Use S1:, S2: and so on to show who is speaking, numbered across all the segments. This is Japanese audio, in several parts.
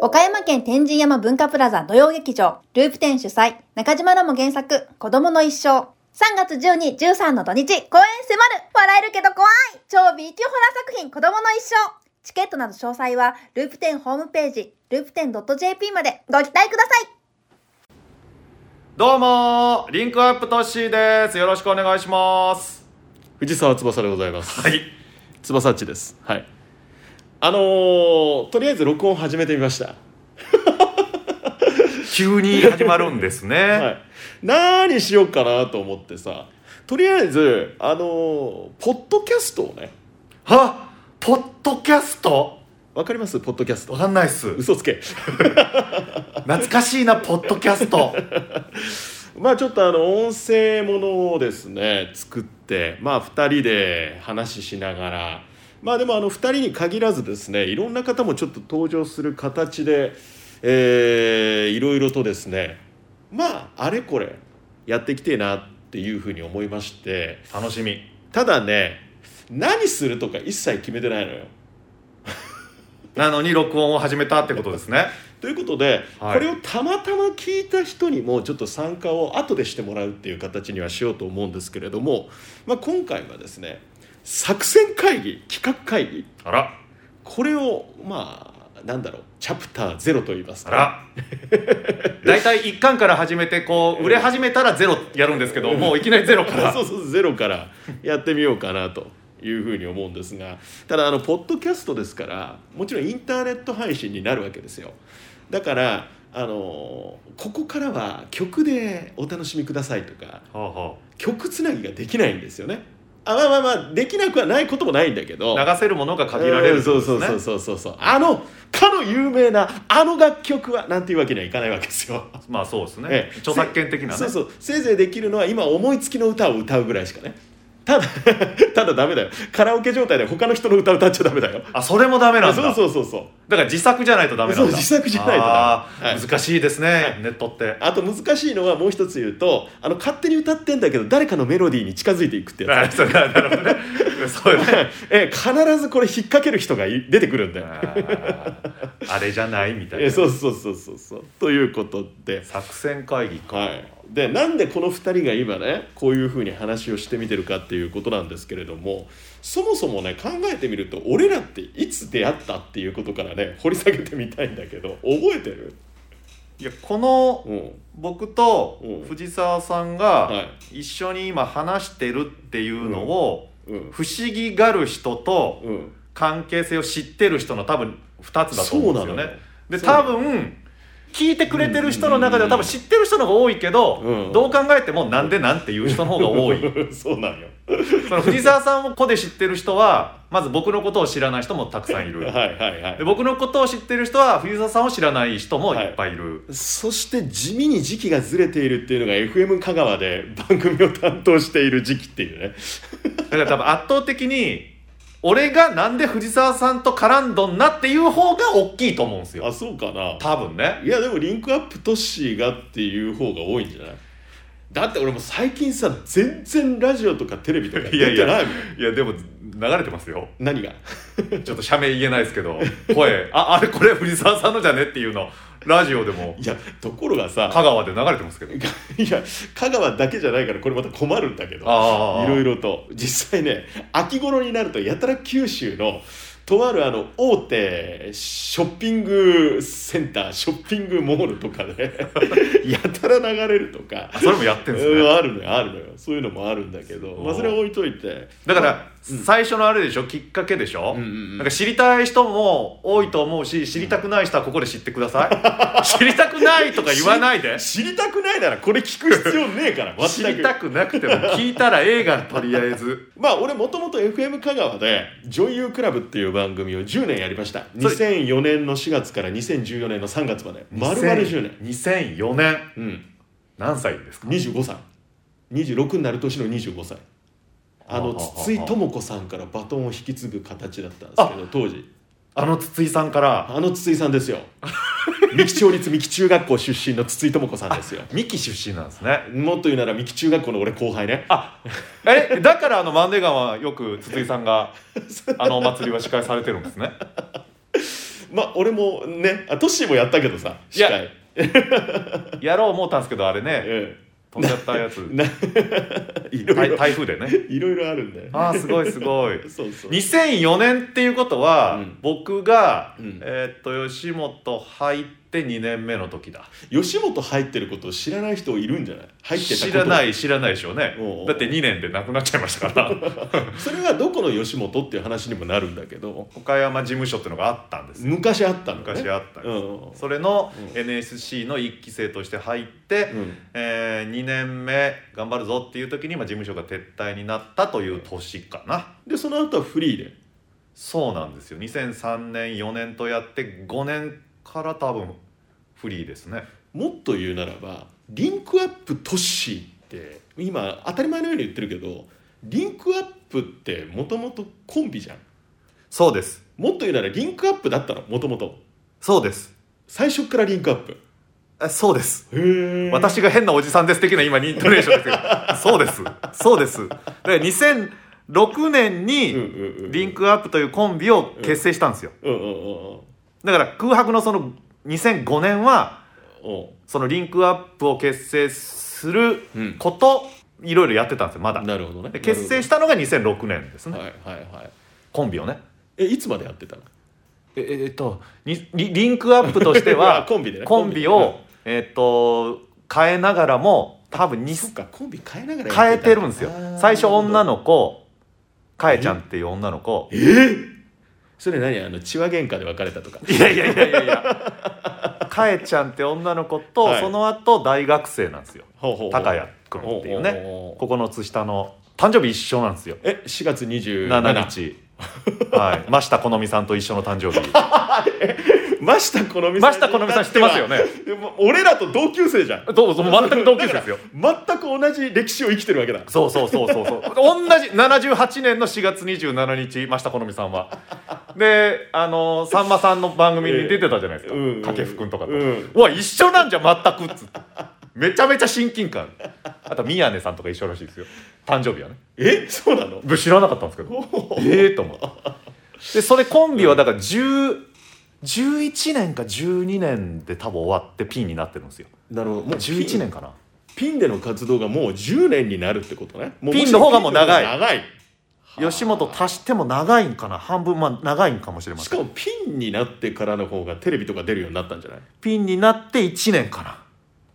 S1: 岡山県天神山文化プラザ土曜劇場、ループ10主催、中島らも原作、子供の一生。3月12、13の土日、公演迫る笑えるけど怖い超 B 級ホラー作品、子供の一生チケットなど詳細は、ループ10ホームページ、ループ 10.jp までご期待ください
S2: どうもーリンクアップトッシーですよろしくお願いします
S3: 藤沢翼でございます、
S2: はい
S3: 翼っちですはいあのー、とりあえず録音始めてみました
S2: 急に始まるんですね、
S3: はい何しようかなと思ってさとりあえずあのー、ポッドキャストをね
S2: はポッドキャスト
S3: わかりますポッドキャスト
S2: わかんないっす
S3: 嘘つけ
S2: 懐かしいなポッドキャス ト
S3: まあちょっとあの音声ものをですね作ってまあ2人で話ししながらまあでもあの2人に限らずですねいろんな方もちょっと登場する形で、えーいろいろとですねまああれこれやっていきてえなっていうふうに思いまして
S2: 楽しみ
S3: ただね何するとか一切決めてないのよ。
S2: なのに録音を始めたってことです ね
S3: ということで、
S2: はい
S3: これをたまたま聞いた人にもちょっと参加を後でしてもらうっていう形にはしようと思うんですけれども、まあ、今回はですね作戦会議企画会議
S2: あら
S3: これをまあなんだろうチャプターゼロと言います
S2: あ
S3: か、
S2: ら大体一巻から始めてこう売れ始めたらゼロやるんですけどもういきなりゼロから
S3: そうそうゼロからやってみようかなというふうに思うんですがただあのポッドキャストですからもちろんインターネット配信になるわけですよだからあのここからは曲でお楽しみくださいとか
S2: ほうほ
S3: 曲つなぎができないんですよねあまあまあまあできなくはないこともないんだけど
S2: う流せるものが限られる
S3: うん
S2: ってこ
S3: そ
S2: と
S3: う
S2: です
S3: そ
S2: ね
S3: うそうそうそうそうあのかの有名なあの楽曲はなんていうわけにはいかないわけですよ
S2: まあそうですね、
S3: ええ
S2: 著作権的なね
S3: そうそうせいぜいできるのは今思いつきの歌を歌うぐらいしかねただただダメだよカラオケ状態で他の人の歌歌っちゃダメだよ
S2: あそれもダメなんだ
S3: そうそうそうそう
S2: だから自作じゃないとダメなんだ
S3: そう自作じゃないとダメ
S2: あー
S3: はい
S2: 難しいですね、ネットって
S3: あと難しいのはもう一つ言うとあの勝手に歌ってんだけど誰かのメロディーに近づいていくってや
S2: あそうかなるほどねそうよ
S3: つ、
S2: ね
S3: ええ必ずこれ引っ掛ける人がい出てくるんだよ
S2: あーあれじゃないみたい
S3: え
S2: な
S3: そうそうそうそうそうということで、
S2: 作戦会議か、
S3: はい、でなんでこの2人が今ねこういうふうに話をしてみてるかっていうことなんですけれどもそもそもね考えてみると俺らっていつ出会ったっていうことからね掘り下げてみたいんだけど覚えてる、
S2: いやこの
S3: うん、
S2: 僕と
S3: うん
S2: 藤沢さん
S3: は
S2: が一緒に今話してるっていうのを
S3: うん
S2: 不思議がる人と
S3: うん
S2: 関係性を知ってる人の多分2つだと思うんですよ
S3: そうなの
S2: ね
S3: よ。
S2: で
S3: そう
S2: 多
S3: なの
S2: 分聞いてくれてる人の中では多分知ってる人の方が多いけど、
S3: うん
S2: どう考えてもなんでなんていう人の方が多 い
S3: そうなんよ
S2: その藤沢さんを子で知ってる人はまず僕のことを知らない人もたくさんいる
S3: はいはいはい
S2: で僕のことを知ってる人は藤沢さんを知らない人もいっぱいいる、
S3: そして地味に時期がずれているっていうのが FM 香川で番組を担当している時期っていうね
S2: だから多分圧倒的に俺がなんで藤沢さんと絡んどんなっていう方が大きいと思うんです
S3: あ
S2: よ
S3: そうかな
S2: 多分ね
S3: いやでもリンクアップトッシーがっていう方が多いんじゃないだって俺も最近さ全然ラジオとかテレビとか出
S2: いやい
S3: て
S2: や
S3: ないもん
S2: いやでも流れてますよ
S3: 何が
S2: ちょっと社名言えないですけど声ああれこれ藤沢さんのじゃねっていうのラジオでも
S3: いやところが
S2: 香
S3: さ
S2: 川で流れてますけど
S3: いや香川だけじゃないからこれまた困るんだけど
S2: ああ
S3: いろい
S2: ろ
S3: ろと実際ね秋頃になるとやたら九州のとあるあの大手ショッピングセンターショッピングモールと かでやたら流れるとか
S2: それもやってんです
S3: う
S2: ね
S3: んあるのよあるのよそういうのもあるんだけどまあそれは置いといて
S2: だから、最初のあれでしょきっかけでしょ、
S3: うんうんうん
S2: なんか知りたい人も多いと思うし知りたくない人はここで知ってください 知りたくないとか言わないで
S3: 知りたくないならこれ聞く必要ねえから
S2: 知りたく
S3: く
S2: なくても聞いたら映画とりあえず
S3: まあ俺もともと FM 香川で「女優クラブ」っていう番組を10年やりました
S2: それ
S3: 2004年の4月から2014年の3月まで丸々10年
S2: 2004年
S3: うん
S2: 何歳ですか
S3: 25歳26になる年の25歳
S2: は
S3: あの
S2: あはあはあ
S3: 筒井智子さんからバトンを引き継ぐ形だったんですけど当時
S2: あの筒井さんから
S3: あの筒井さんですよ三木町立三木中学校出身の筒井智子さんで すよ
S2: 三木出身なんですね
S3: もっと言うなら三木中学校の俺後輩ね
S2: あえだからあのマンデガンはよく筒井さんがあのお祭りは司会されてるんですね
S3: まあ俺もねあトッシーもやったけどさ
S2: いや
S3: 司会
S2: やろう思ったんですけどあれね
S3: え
S2: 飛んじゃったや つ
S3: えないろい
S2: 台
S3: ろ
S2: 台風でね
S3: いろいろあるんだよ
S2: ああすごいす ごい
S3: そうそう
S2: 2004年っていうことは、
S3: うん
S2: 僕が、
S3: うん
S2: えーっと吉本入って2年目の時だ
S3: 吉本入ってることを知らない人いるんじゃない入ってたこと
S2: 知らないい知らないでしょうね
S3: おうおう
S2: だって2年で亡くなっちゃいましたから
S3: それはどこの吉本っていう話にもなるんだけど
S2: 岡山事務所ってのがあったんですよ
S3: 昔あったのね
S2: 昔あったんです、
S3: うん
S2: それの
S3: うん
S2: NSC の1期生として入って、
S3: うん
S2: え2年目頑張るぞっていう時に、まあ、事務所が撤退になったという年かな
S3: でその後はフリーで
S2: そうなんですよ2003年4年とやって5年から多分フリーですね
S3: もっと言うならばリンクアップトッシーって今当たり前のように言ってるけどリンクアップってもともとコンビじゃん
S2: そうです
S3: もっと言うならリンクアップだったのもともと
S2: そうです
S3: 最初からリンクアップ
S2: あそうです
S3: へえ
S2: 私が変なおじさんです的な今イントネーションです けどそうですそうですだから2006年
S3: うんうん
S2: に
S3: うん
S2: リンクアップというコンビを結成したんですよ
S3: うんうんうん
S2: だから空白のその2005年は
S3: うん
S2: そのリンクアップを結成する
S3: うん
S2: こといろいろやってたんですよまだ
S3: なるほどね
S2: で結成
S3: し
S2: したのが2006年ですね、
S3: はいはいはい
S2: コンビをね
S3: えいつまでやってたの
S2: えええっとにリリンクアップとして
S3: あ
S2: は
S3: コンビでね
S2: コンビをえっと変えながらも多分に
S3: そっかコンビ変えながら
S2: 変えてるんですよ最初女の
S3: の
S2: 子かえちゃんっていう女の子
S3: それ何あの血は喧嘩で別れたとか
S2: いやいやいやいやいやかえちゃんって女の子と、
S3: はい
S2: その後大学生なんですよ
S3: ほうほうほう
S2: 高谷君っていう
S3: おうおうお
S2: ね
S3: う
S2: 9つ下の誕生日一緒なんですよ
S3: え4月27
S2: 7
S3: 日
S2: 日 はい真下好美さんと一緒の誕生日
S3: 真下好美さん
S2: 真下好美さん知ってますよね
S3: でも俺らと同級生じゃん
S2: どうぞ全く同級生ですよ
S3: 全く同じ歴史を生きてるわけだ
S2: そうそうそうそうそう同じ78年の4月27日真下好美さんはであのさんまさんの番組に出てたじゃないですか
S3: うんうん
S2: 掛布君とかと、
S3: うん
S2: うわ一緒なんじゃ全くっつってめちゃめちゃ親近感あと宮根さんとか一緒らしいですよ誕生日はね
S3: えそうなの
S2: 僕知らなかったんですけどええと思ってでそれコンビはだから10 11年か12年で多分終わってピンになってるんですよ
S3: なるほどもう
S2: 11年かな
S3: ピンでの活動がもう10年になるってことねもう
S2: ピンの方がもう長い
S3: ピンの方が長い
S2: 吉本足しても長いんかな半分まあ長いんかもしれません
S3: しかもピンになってからの方がテレビとか出るようになったんじゃない
S2: ピンになって1年かな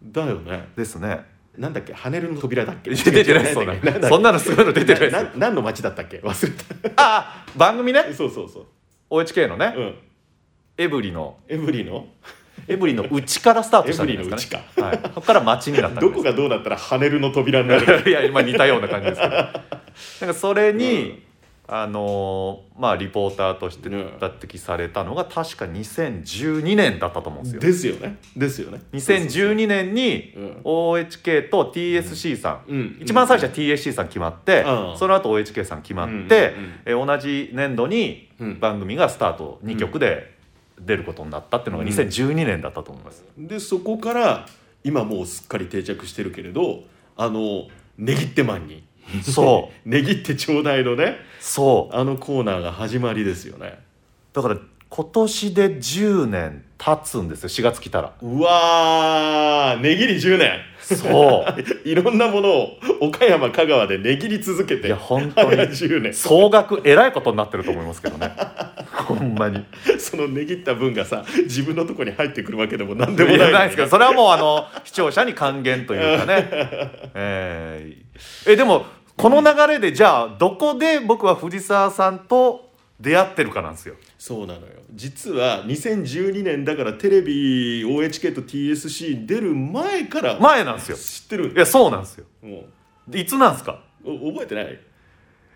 S3: だよね
S2: ですね
S3: なんだっけ跳ねるの扉だっけ
S2: 出てないそん
S3: ん
S2: なそんなのすごいの出てないですよ
S3: 何の町だったっけ 忘れ
S2: ああ番組ね
S3: たそうそうそう
S2: OHK のね、
S3: うん
S2: エブリの
S3: エブリの
S2: エブリの内からスタート
S3: エ
S2: した
S3: ブ
S2: んじ
S3: リ
S2: ゃな
S3: の
S2: いうで
S3: ち
S2: すか
S3: か
S2: ねはい、そこから街になったんじゃ
S3: ど
S2: ない
S3: こ
S2: で
S3: がどうなったら跳ねるの扉にな
S2: す
S3: る
S2: かいや今似たような感じですけどなんかそれに、
S3: うん
S2: あのーまあリポーターとして
S3: うん
S2: 抜擢されたのが確か2012年だったと思うんですよ
S3: ですよねですよね
S2: 2012年に
S3: うん
S2: OHK と TSC さん、
S3: うん
S2: 一番最初は TSC さん決まって、
S3: うん
S2: その後 OHK さん決まって、
S3: うんうん
S2: えー同じ年度に
S3: うん
S2: 番組がスタート2曲で出ることになったっていうのが
S3: うん
S2: 2012年だったと思います、
S3: でそこから今もうすっかり定着してるけれどあのねぎってマンに
S2: そう
S3: ねぎってちょうだいのね
S2: そう
S3: あのコーナーが始まりですよね
S2: だから今年で10年経つんですよ4月来たら
S3: うわーねぎり10年
S2: そう
S3: いろんなものを岡山香川でねぎり続け
S2: い
S3: て
S2: や本当に
S3: 10年
S2: 総額えらいことになってると思いますけどねほんまに
S3: そのねぎった分がさ自分のとこに入ってくるわけでも何で
S2: で
S3: も
S2: も
S3: ない
S2: ないですけどそれはもうあの 視聴者に還元というか ねえーえでもこの流れでじゃあどこで僕は藤沢さんと出会ってるかなんですよ
S3: そうなのよ実は2012年だからテレビ OHK と TSC に出る前から
S2: 前なんですよ
S3: 知ってるん
S2: いやそうなんですよ
S3: も
S2: いつなんですか
S3: うお覚えてない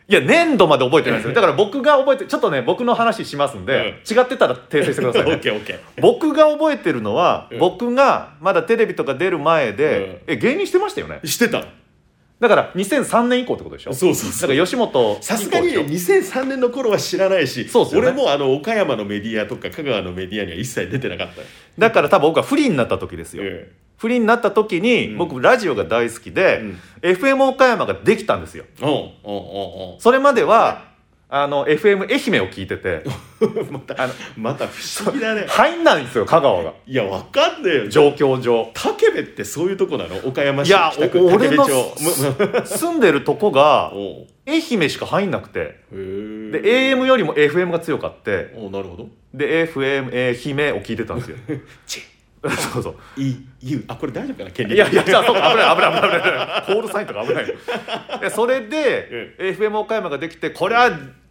S2: いや年度まで覚えてない ですよだから僕が覚えてちょっとね僕の話しますんで、違ってたら訂正してください ね
S3: OKOK
S2: 僕が覚えてるのは、
S3: うん
S2: 僕がまだテレビとか出る前で、え芸人してましたよね
S3: してた
S2: だから2003年以降ってことでしょ
S3: そうそう
S2: だ
S3: そ
S2: か
S3: う
S2: ら吉本以降でしょ
S3: さすがにね2003年の頃は知らないし
S2: そうっすよね
S3: 俺もあの岡山のメディアとか香川のメディアには一切出てなかったよ、
S2: だから多分僕は不利になった時ですよ、
S3: え
S2: 不利になった時に、
S3: うん
S2: 僕ラジオが大好きで、
S3: うん
S2: FM 岡山ができたんですよ
S3: えおうおうおうおう
S2: それまでは、あの FM 愛媛を聞いてて
S3: また
S2: あの
S3: また不思議だね
S2: 入んないんですよ香川が
S3: いやわかんねえよ
S2: 状況上
S3: 武部ってそういうとこなの岡山
S2: い
S3: 市
S2: や
S3: 北区
S2: お
S3: 武
S2: 俺
S3: 部
S2: の
S3: 町
S2: 住んでるとこが
S3: む おう
S2: 愛媛しか入んなくて
S3: へ
S2: で
S3: え
S2: AM よりも FM が強かって
S3: おなるほど
S2: で FM 愛媛を聞いてたんですよ
S3: ち
S2: そうそう
S3: いゆあこれ大丈夫かな権利
S2: いやいや、じゃあそうか危ない危ない危ない危ない。コールサインとか危ない よ。でそれで
S3: え、
S2: FM 岡山ができて、これは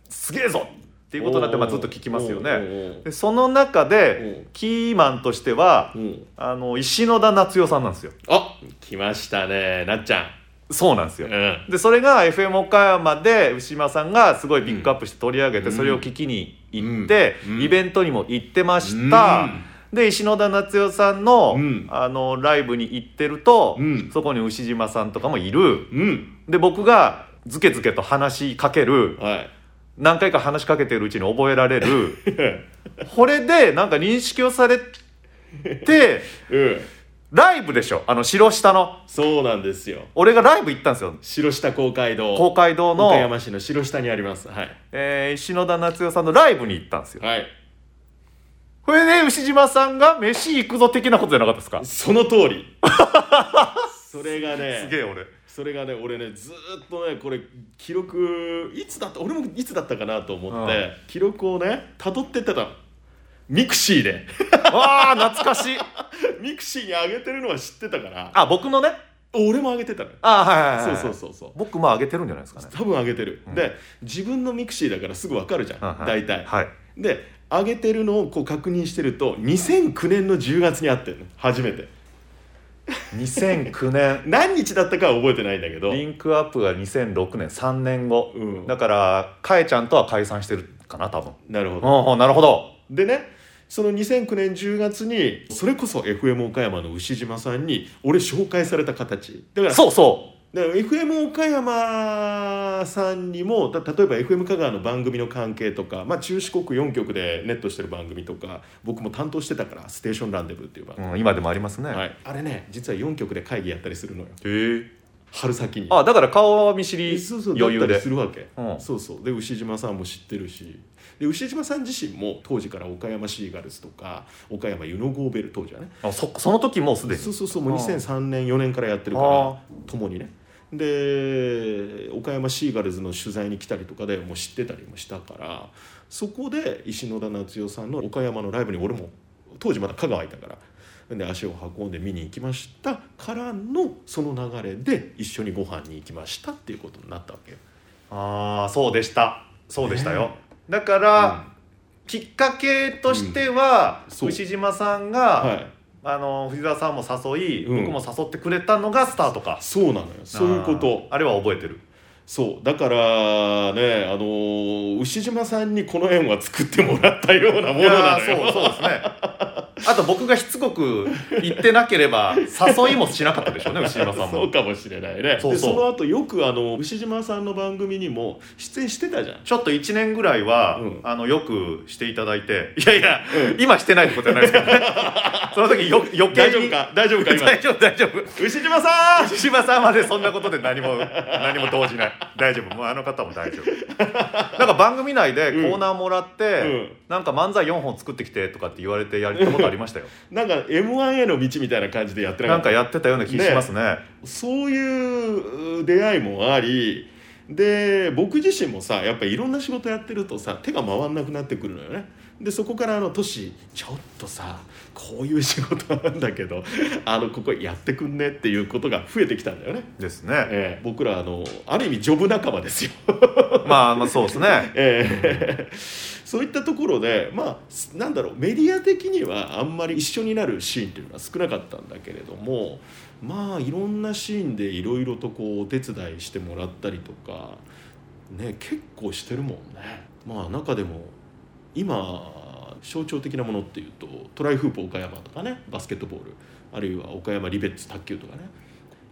S2: すげえぞっていうことになって、まあ、ずっと聞きますよ
S3: おうおうお
S2: ね
S3: う。
S2: でその中
S3: おう
S2: で、キーマンとしては
S3: う、ん
S2: あの、石野田夏代さんなんですよ。
S3: あ来ましたねなっちゃ
S2: そうなんです
S3: ん
S2: よ
S3: う。ん
S2: で、それが FM 岡山で、牛島さんがすごいピックアップして取り上げて、
S3: うん
S2: それを聞きに行って
S3: う、ん
S2: イベントにも行ってました。で石野田夏代さんの,、
S3: うん
S2: あのライブに行ってると、
S3: うん
S2: そこに牛島さんとかもいる
S3: うん
S2: で僕がズケズケと話しかける
S3: はい
S2: 何回か話しかけてるうちに覚えられるこれでなんか認識をされて
S3: うん
S2: ライブでしょあの城下の
S3: そうなんですよ
S2: 俺がライブ行ったんですよ
S3: 白下公会堂
S2: 公会堂
S3: 岡
S2: の、
S3: 山市の白下にありますはい
S2: えー石野田夏代さんのライブに行ったんですよ
S3: はい
S2: これで牛島さんが「飯行くぞ」的なことじゃなかったですかす
S3: その 通りそれがね
S2: げえ俺
S3: それがね俺ねずーっとねこれ記録いつだった俺もいつだったかなと思って、
S2: うん
S3: 記録をね辿ってってたのミクシーで
S2: わあ懐かしい
S3: ミクシーに上げてるのは知ってたから
S2: あ僕のね
S3: 俺も上げてたのよ
S2: あはいはい、は
S3: そ
S2: いう
S3: そうそうそう
S2: 僕まあ上げてるんじゃないですかね
S3: 多分上げてる、
S2: うん
S3: で自分のミクシーだからすぐ分かるじゃん、
S2: はいはい
S3: 大体、
S2: はい
S3: で上げてるのをこう確認してると2009年の10月にあってんの初めて
S2: 2009年
S3: 何日だったかは覚えてないんだけど
S2: リンクアップが2006年3年後、
S3: うん
S2: だからかえちゃんとは解散してるかな多分
S3: なるほど
S2: うんうんなるほど
S3: でねその2009年10月にそれこそ FM 岡山の牛島さんに俺紹介された形だから
S2: そうそ
S3: だから FM 岡山さんにもた例えば FM 香川の番組の関係とか、まあ、中四国4局でネットしてる番組とか僕も担当してたから「ステーションランデブー」っていう
S2: う、
S3: 番組、
S2: うん、今でもありますね、
S3: はい、あれね実は4局で会議やったりするのよ
S2: へえ
S3: 春先に
S2: あだから顔は見知り
S3: そうそう
S2: 余裕
S3: だっ
S2: で
S3: たりするわけ、
S2: うん
S3: そうそうで牛島さんも知ってるしで牛島さん自身も当時から岡山シーガルスとか岡山ユノゴーベル当時はね
S2: あそその時もうすでに
S3: そうそうそうもう
S2: あー
S3: 2003年4年からやってるか
S2: あー
S3: ら共にねで岡山シーガルズの取材に来たりとかでもう知ってたりもしたからそこで石野田夏代さんの岡山のライブに俺も当時まだ香川いたからで足を運んで見に行きましたからのその流れで一緒にご飯に行きましたっていうことになったわけよ。
S2: ああそうでしたそうでしたよ、だから、きっかけとしては、
S3: うんそう
S2: 牛島さんが、
S3: はい
S2: あの藤沢さんも誘い、
S3: う
S2: 僕
S3: ん
S2: も誘ってくれたのがスタートか
S3: そうなのよそういうこと
S2: あーあれは覚えてる
S3: そうだからねあのー牛島さんにこの縁は作ってもらったようなも
S2: い
S3: の
S2: や
S3: なのよ
S2: ーそうそうですねあと僕がしつこく言ってなければ誘いもしなかったでしょうね牛島さん
S3: そう
S2: も
S3: かもしれないね
S2: そうそう
S3: でその後よくあの牛島さんの番組にも出演してたじゃん
S2: ちょっと1年ぐらいは、
S3: うん
S2: あのよくしていただいていやいや、今してないってことじゃないですけど ねその時よ余計
S3: 大
S2: に
S3: 丈夫か大丈夫か今
S2: 大丈夫大丈夫
S3: 牛島さ
S2: 牛島さんまでそんなことで何 も何も動じない大丈夫もうあの方も大丈夫 なんか番組内でコーナーもらって、
S3: うん
S2: なんか漫才4本作ってきてとかって言われてやったことありま したよ
S3: んなんか m 1への道みたいな感じでやってなか
S2: な
S3: っ
S2: ん
S3: た
S2: かやってたような気しますね
S3: そういうう出会いもありで僕自身もさやっぱいろんな仕事やってるとさ手が回んなくなってくるのよねでそこからあのトシちょっとさこういう仕事なんだけど あのここやってくんねっていうことが増えてきたんだよね、
S2: ですね
S3: ええ僕らあのある意味ジョブ仲間ですよ
S2: まあまあそうですね
S3: え えそういったところでまあすなんだろうメディア的にはあんまり一緒になるシーンっていうのは少なかったんだけれどもまあいろんなシーンでいろいろとこうお手伝いしてもらったりとかね結構してるもんね。まあ中でも今象徴的なものっていうとトライフープ岡山とかねバスケットボールあるいは岡山リベッツ卓球とかね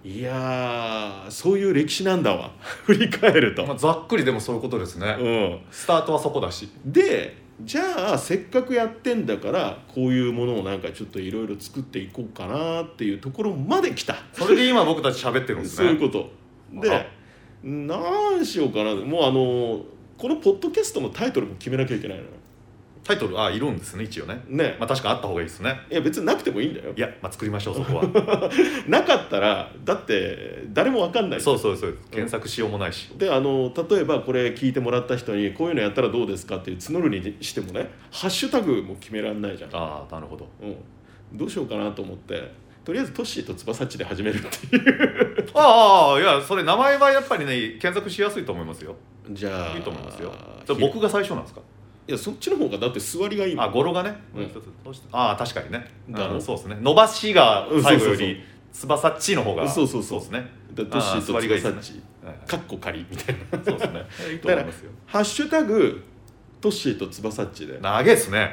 S3: いやーそういう歴史なんだわ 振り返ると、
S2: まあざっくりでもそういうことですね、
S3: うん、
S2: スタートはそこだし
S3: でじゃあせっかくやってんだからこういうものをなんかちょっといろいろ作っていこうかなっていうところまで来た
S2: それで今僕たち喋ってるんです
S3: そう
S2: ね
S3: いうこと
S2: あ
S3: で何しようかなもうあのこのポッドキャストのタイトルも決めなきゃいけないのよ
S2: タイトルあいるんですね一応ね
S3: ね
S2: まあ確かあった方がいいですね
S3: いや別になくてもいいんだよ
S2: いや、まあ、作りましょうそこは
S3: なかったらだって誰もわかんない
S2: そうそうそう検索しようもないし、
S3: であの例えばこれ聞いてもらった人にこういうのやったらどうですかって募るにしてもねハッシュタグも決められないじゃん、
S2: ああなるほど
S3: うん、どうしようかなと思ってとりあえずトッシーとつばさっちで始めるっていう
S2: ああいやそれ名前はやっぱりね検索しやすいと思いますよ
S3: じゃあ
S2: いいと思いますよそ
S3: そ
S2: れ
S3: 僕
S2: 僕が最初なんですか
S3: いやそっちの方がだって座りがいいもん
S2: あ語呂がね、
S3: うん
S2: ああ確かにね、うん
S3: だろ
S2: そうですね伸ばしが最後よ
S3: うんそうそう
S2: り翼っちの方が
S3: そうそうそう
S2: ですね
S3: だトッシー
S2: あー座
S3: と
S2: り
S3: つ
S2: がい
S3: ば
S2: いで
S3: さ
S2: す
S3: っ
S2: ね
S3: ち
S2: はい
S3: かっこ仮みたいな
S2: そうですね いいと思いますよ
S3: ハッシュタグトッシーとつばさっちで
S2: 長いですね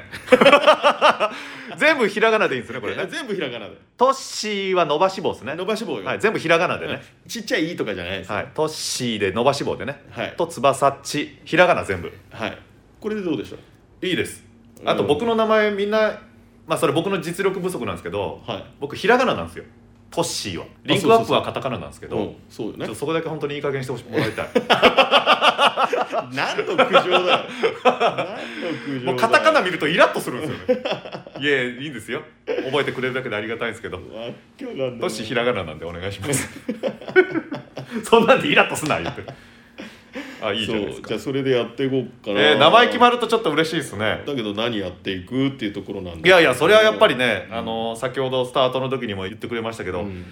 S2: 全部ひらがなでいいんですねこれ
S3: いや
S2: ね
S3: 全部ひらがなで
S2: トッシーは伸ばし棒ですね
S3: 伸ばし棒よ、
S2: はい、全部ひらがなでね、
S3: ちっちゃい「い」とかじゃないです
S2: はい、トッシーで伸ばし棒でね、
S3: はい
S2: と翼っちひらがな全部
S3: はい、これでどうでしょう
S2: いいですあと
S3: うん
S2: 僕の名前みんなまあそれ僕の実力不足なんですけど
S3: はい
S2: 僕ひらがななんですよトッシーはリンクアップはカタカナなんですけど
S3: うんそうよ
S2: ちょ
S3: ね
S2: っとそこだけ本当にいい加減にしてほしいもらいたい
S3: 何の苦 情だよ何の苦情だよ
S2: もうカタカナ見るとイラッとするんですよねいえいいんですよ覚えてくれるだけでありがたいんですけど
S3: わっけわかんない
S2: トッシーひらがななんでお願いします そんなんでイラッとすな言ってあいいじゃないで
S3: そ
S2: す
S3: う
S2: か
S3: じゃあそれでやっていこうかな、
S2: えー名前決ま
S3: る
S2: るとちょっと嬉しいですね
S3: だけど何やっていくっていうところなん
S2: い
S3: で
S2: やいやそれはやっぱりね、
S3: うん
S2: あの先ほどスタートの時にも言ってくれましたけど、
S3: うん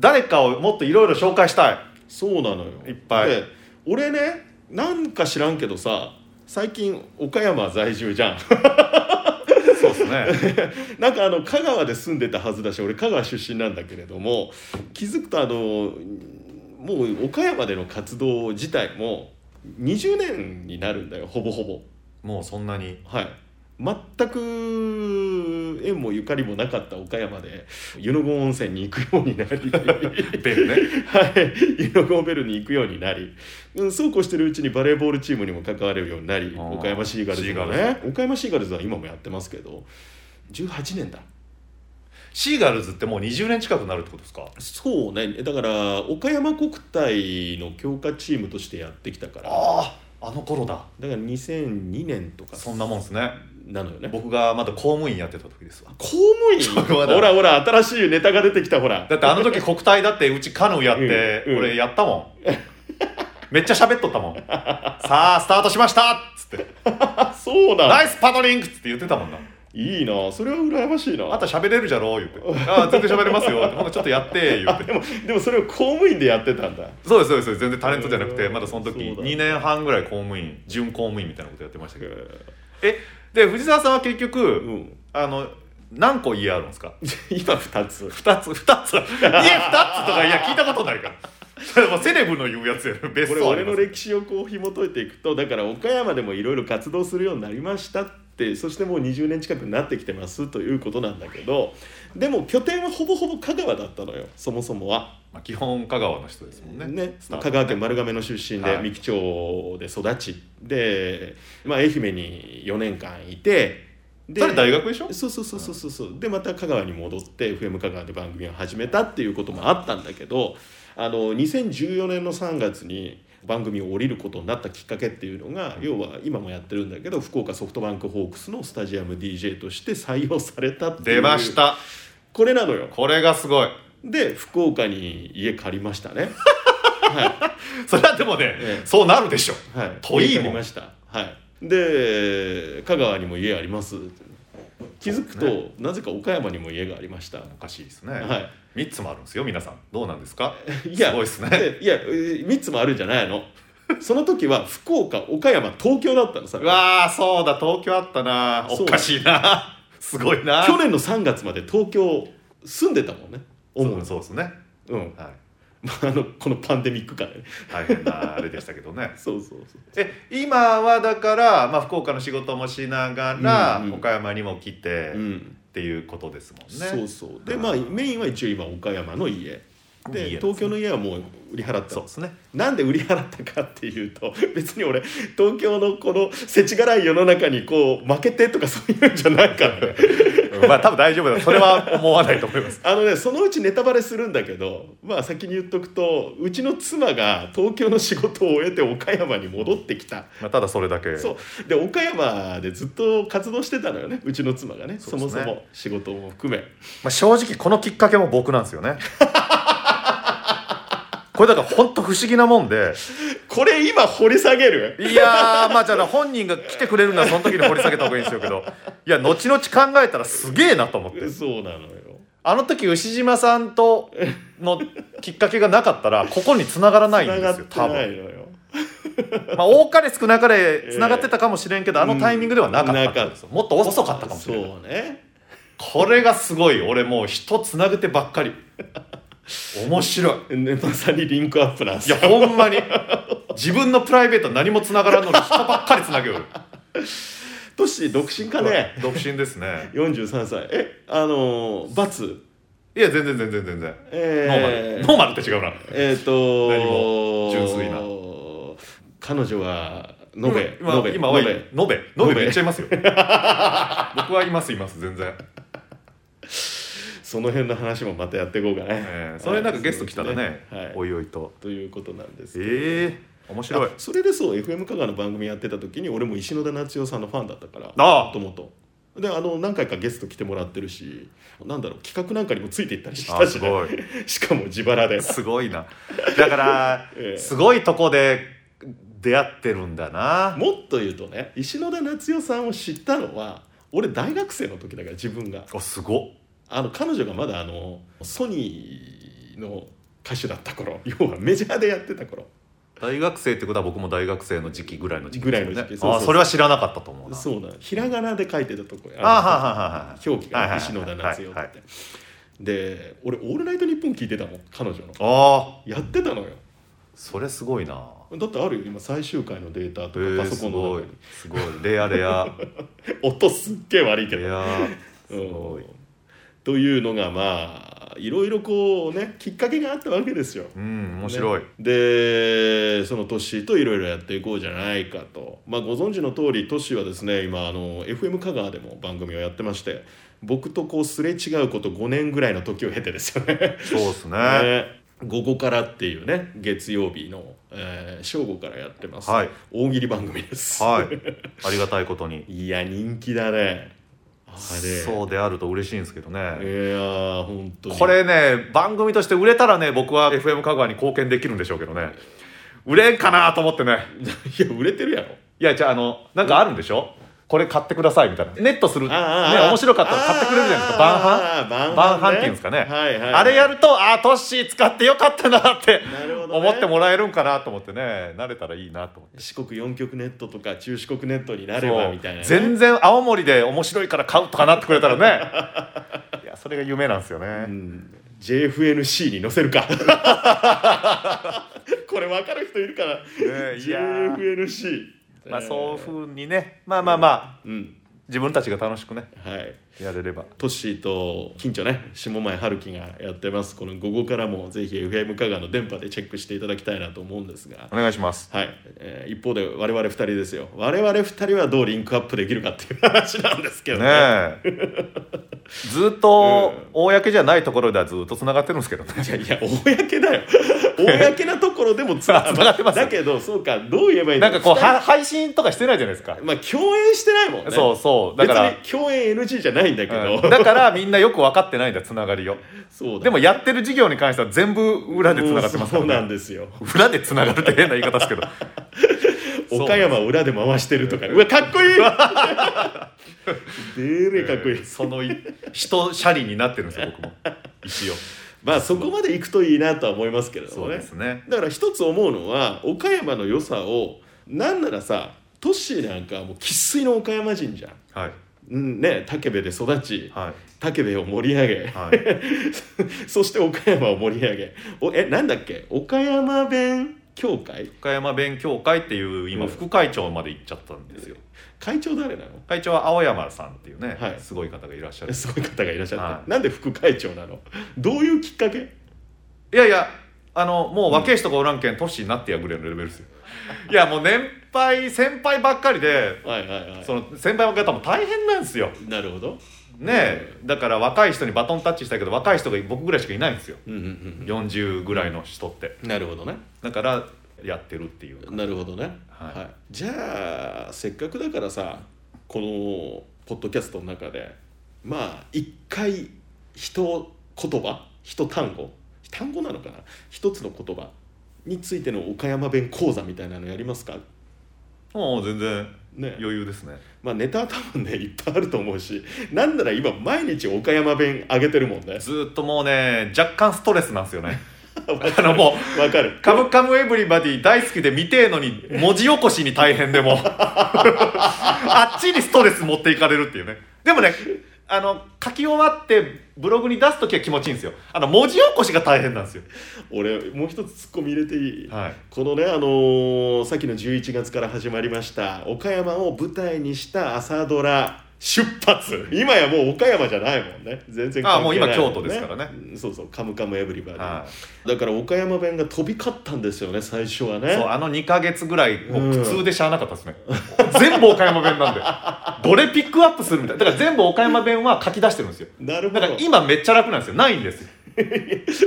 S2: 誰かをもっといろいろ紹介したい
S3: そうなのよ
S2: いっぱい
S3: で俺ねなんか知らんけどさ最近岡山在住じゃん
S2: そうですね
S3: なんかあの香川で住んでたはずだし俺香川出身なんだけれども気づくとあのもう岡山での活動自体も20年になるんだよほぼほぼ
S2: もうそんなに
S3: はい全く縁もゆかりもなかった岡山で湯の郷温泉に行くようになり
S2: ベルね
S3: はい、ユノゴーベルに行くようになり、うん、そうこうしてるうちにバレーボールチームにも関われるようになり
S2: あー
S3: 岡山シーガルズも
S2: シーガ
S3: ね岡山シーガルズは今もやってますけど18年だ
S2: シーガルズってもう20年近くなるってことですか
S3: そうねだから岡山国体の強化チームとしてやってきたからだか
S2: あああの頃だ
S3: ら2002年とか
S2: そんなもんですね
S3: なのよね
S2: 僕がまだ公務員やってた時ですわ
S3: 公務 員
S2: うまだ
S3: ほらほら新しいネタが出てきたほら
S2: だってあの時国体だってうちカヌーやって、
S3: うんうん
S2: 俺やったもんめっちゃ喋っとったもんさあスタートしましたっつって
S3: あ そうな
S2: ナ
S3: の
S2: イスパドリンクっつって言ってたもんない
S3: いなそれは羨ましいな
S2: あんた喋れるじゃろう言ってああ全然喋れますよほんなちょっとやって言って
S3: でもでもそれを公務員でやってたんだ
S2: そうですそうですそうです全然タレントじゃなく
S3: へ
S2: て
S3: ー
S2: まだその時
S3: そうだ
S2: 2年半ぐらい公務員準公務員みたいなことやってましたけど
S3: う
S2: えで藤沢さんは結局、
S3: ん
S2: あの何個家あるんですか
S3: 今2つ
S2: 2つ2つ家2つとかいや聞いたことないから それもうセレブの言うやつやろ別
S3: これ
S2: 荘あり
S3: 俺
S2: ま
S3: の
S2: す
S3: 歴史をこう紐解いていくとだから岡山でもいろいろ活動するようになりましたってそしてもう20年近くなってきてますということなんだけどでも拠点はほぼほぼ香川だったのよそもそもは、
S2: まあ、基本香川の人ですもんね
S3: ね
S2: スタート
S3: 香川県丸亀の出身で、
S2: はい
S3: 三木町で育ちで、まあ、愛媛に4年間いてで
S2: それ大学でしょ
S3: そうそうそうそうそうそうでまた香川に戻って FM 香川で番組を始めたっていうこともあったんだけどあの2014年の3月に番組を降りることになったきっかけっていうのが要は今もやってるんだけど福岡ソフトバンクホークスのスタジアム DJ として採用されたっていう
S2: 出ました
S3: これなのよ
S2: これがすごい
S3: で福岡に家借りました ねは
S2: それはでもね、
S3: ええ
S2: そうなるでしょ
S3: い、はい、
S2: 遠いもん
S3: 家借りましたはいで香川にも家あります気づくと、
S2: そう
S3: なぜか岡山にも家がありました
S2: おかしいですね、
S3: はい
S2: 三3つもあるんですよ皆さんどうなんですか
S3: いや
S2: すごいですね
S3: でいや3つもあるんじゃな いのその時は福岡岡山東京だったのさ
S2: うわーそうだ東京あったな
S3: そう
S2: おかしいな すごいな
S3: 去年の3月まで東京住んでたもんね主
S2: そう
S3: に
S2: そうですね、
S3: う、ん
S2: はい、
S3: まあ、あのこのパンデミック下で
S2: 大変なあれでしたけどね
S3: そうそうそう
S2: え今はだから、まあ、福岡の仕事もしながら、
S3: うんうん
S2: 岡山にも来て、
S3: う
S2: って
S3: ん
S2: いうことですもんね
S3: そうそうでまあメインは一応今岡山の家で
S2: いい家ですね
S3: 東京の家はもう売り払った
S2: そう
S3: の
S2: ですね
S3: なんで売り払ったかっていうと 別に俺東京のこの世知辛い世の中にこう負けてとかそういうんじゃないからね
S2: まあ多分大丈夫だそれは思わないと思います
S3: あのねそのうちネタバレするんだけどまあ先に言っとくとうちの妻が東京の仕事を終えて岡山に戻ってきた
S2: まあただそれだけ
S3: そうで岡山でずっと活動してたのよねうちの妻がね
S2: そ
S3: そう
S2: です
S3: も
S2: ね
S3: そも仕事も含め
S2: まあ、正直このきっかけも僕なんですよ ねこれだから本当不思議なもんで
S3: これ今掘り下げる
S2: いやーまあじゃあ本人が来てくれるならその時に掘り下げた方がいいんでしょうけどいや後々考えたらすげえなと思って
S3: そうなのよ
S2: あの時牛島さんとのきっかけがなかったらここに繋がらないん
S3: 繋
S2: で
S3: が
S2: す
S3: っ
S2: よ
S3: て
S2: 多
S3: な
S2: 分
S3: いのよ
S2: まあ多かれ少なかれ繋がってたかもしれんけど、
S3: ええ
S2: あのタイミングではなかった
S3: なかった
S2: ですよもっと遅かったかもし
S3: そ
S2: れないう
S3: ね
S2: これがすごい俺もう人つなげてばっかり面白い
S3: ねまさにリンクアップなんです
S2: いや
S3: よ
S2: ほんまに自分のプライベート何も繋がらんのに人ばっかり繋げよる
S3: トシ独身かね
S2: 独身ですね
S3: 43歳えあのーバツ
S2: いや全然全然全然ノーマ
S3: え
S2: ル
S3: ー
S2: ノーマルって違うな
S3: えっ、と
S2: 何も純粋な
S3: 彼女は延べ、
S2: 今
S3: 延べ
S2: 今はいい
S3: 延べ
S2: 延べ
S3: べ
S2: 延べ言っちゃいますよ僕はいますいます全然、
S3: その辺の話もまたやっていこうかね、
S2: えーそれなんかゲスト来たらね、
S3: そうです
S2: お
S3: はい、
S2: いおいと
S3: ということなんですけど
S2: ええ面白い
S3: あそれでそう FM 香川の番組やってた時に俺も石野田夏代さんのファンだったからも
S2: ああ
S3: ともとであの何回かゲスト来てもらってるしなんだろう企画なんかにもついていったりした
S2: あ
S3: し
S2: す
S3: ね、
S2: ごい
S3: しかも自腹です
S2: ごいなだから、
S3: ええ
S2: すごいとこで出会ってるんだな
S3: もっと言うとね石野田夏代さんを知ったのは俺大学生の時だから自分が
S2: おすご
S3: あの彼女がまだあのソニーの歌手だった頃要はメジャーでやってた頃
S2: 大学生ってことは僕も大学生の時期ぐらいの時期ですよね
S3: ぐらいの時期そうそう
S2: あーそれは知らなかったと思うな
S3: そうなのひらがなで書いてたとこ
S2: あーはあはあはあ
S3: 表記
S2: はいはい
S3: が
S2: はい
S3: 石野田夏代って、
S2: はいはい
S3: で俺「オールナイトニッポン」聞いてたもん彼女の
S2: ああ
S3: やってたのよ
S2: それすごいな
S3: だってあるよ今最終回のデータ
S2: え
S3: と
S2: ー
S3: かパソコンの中に、
S2: すごいすごいレアレア
S3: 音すっげえ悪いけど
S2: レアすごい
S3: うんというのがまあいろいろこうねきっかけがあったわけですよ。
S2: うん面白い、
S3: ねでそのトッシーといろいろやっていこうじゃないかと、まあ、ご存知の通りトッシーはですね今あの FM 香川でも番組をやってまして僕とこうすれ違うこと5年ぐらいの時を経てですよね。
S2: そうです ね
S3: ね午後からっていうね月曜日の、えー正午からやってます、
S2: はい
S3: 大喜利番組です、
S2: はいありがたいことに
S3: い、や人気だねあれ
S2: そうであると嬉しいんですけど
S3: いや
S2: ね
S3: ー本当に
S2: これね番組として売れたらね僕は FM 香川に貢献できるんでしょうけどね売れんかなと思ってね
S3: いや売れてるやろ
S2: いやじゃああのなんかあるんでしょこれ買ってくださいみたいなネットするね面白かったら買ってくれるじゃないですか晩飯
S3: 飯
S2: 晩飯っていうんですかね、
S3: はいはい
S2: あれや
S3: る
S2: るとああトッシー使ってよかったなって
S3: なるほどね
S2: 思ってもらえるんかなと思ってね慣れたらいいなと思って。
S3: 四国四極ネットとか中四国ネットになればみたいなね、
S2: 全然青森で面白いから買うとかなってくれ たらねいやそれが夢なんですよね、
S3: うん、JFNC に載せるか これ分かる人いるかな、
S2: えいやー
S3: JFNC
S2: まあそういう
S3: う、
S2: ふうにねまあまあまあ
S3: うん
S2: 自分たちが楽しくね
S3: はい
S2: やれれば
S3: トッシーと近所ね下前春樹がやってますこの午後からもぜひ FM 香川の電波でチェックしていただきたいなと思うんですが
S2: お願いします
S3: はい、えー一方で我々2人ですよ我々2人はどうリンクアップできるかっていう話なんですけど
S2: ね
S3: ね
S2: えずっと公じゃないところではずっとつながってるんですけどね
S3: いやいや公だよ公なところでも つ
S2: 繋がってます
S3: だけどそうかどう言えばいいん
S2: な
S3: だ
S2: んか
S3: ろ
S2: こうは配信とかしてないじゃないですか、
S3: まあ共演してないもんね
S2: そうそうだから
S3: 別に共演 NG じゃないんだけど、
S2: うんだからみんなよく分かってないんだつながりを
S3: そうだ
S2: でもやってる事業に関しては全部裏でつながってますか
S3: そうな
S2: ら
S3: ん
S2: ね
S3: ですよ
S2: 裏でつながるって変な言い方ですけどそう
S3: 岡山を裏で回してるとかうわかっこ いいでれかっこいい、
S2: その人車輪になってるんですよ僕も一応
S3: まあそこまで行くといいなとは思いますけれど
S2: そ
S3: も
S2: うで
S3: ね
S2: すね
S3: だから一つ思うのは岡山の良さをなんならさトッシーなんかはもう生粋の岡山人じゃん
S2: はい
S3: うんね武部で育ち
S2: はい
S3: 武部を盛り上げ
S2: はい
S3: そして岡山を盛り上げおえなんだっけ岡山弁協会
S2: 岡山勉強会っていう今
S3: うん
S2: 副会長まで行っちゃったんですよ
S3: 会長誰なの
S2: 会長は青山さんっていうね、
S3: はい
S2: すごい方がいらっしゃる
S3: えそういう方がいらっしゃって、
S2: はい
S3: なんで副会長なのどういうきっかけ
S2: いやいやあのもう若い人がおらんけん年になってやぐらいのレベル ですよいやもう年配先輩ばっかりで
S3: はいはいはい
S2: その先輩ばっかりは多分大変なんですよ
S3: なるほど
S2: ねえだから若い人にバトンタッチしたいけど若い人が僕ぐらいしかいないんですよ
S3: うんうんうん
S2: 40ぐらいの人って
S3: うんなるほどね
S2: だからやってるっていう
S3: なるほどね、
S2: はい
S3: じゃあせっかくだからさこのポッドキャストの中でまあ一回一言葉一単語単語なのかな一つの言葉についての岡山弁講座みたいなのやりますか
S2: もう全然
S3: ね
S2: 余裕ですね
S3: まあネタは多分ねいっぱいあると思うしなんなら今毎日岡山弁上げてるもんね
S2: ずーっともうね若干ストレスなんですよ ねあのもう
S3: わかる
S2: 「カムカムエブリバディ」大好きで見てえのに文字起こしに大変でも あっちにストレス持っていかれるっていうねでもねあの書き終わってブログに出す時は気持ちいいんですよあの文字起こしが大変なんですよ
S3: 俺もう一つツッコミ入れていい、
S2: はい
S3: このねあのーさっきの11月から始まりました岡山を舞台にした朝ドラ出発今やもう岡山じゃないもんね全然
S2: あもう今
S3: 関係ない
S2: 京
S3: もん
S2: 都ですからね
S3: うんそうそう「カムカムエブリバディ」
S2: は
S3: だから岡山弁が飛び交ったんですよね最初はね
S2: そうあの2か月ぐらいもう苦痛でしゃあなかったですね、全部岡山弁なんでどれピックアップするみたいなだから全部岡山弁は書き出してるんですよ
S3: なるほ
S2: だ
S3: ど
S2: から今めっちゃ楽なんですよないんですよ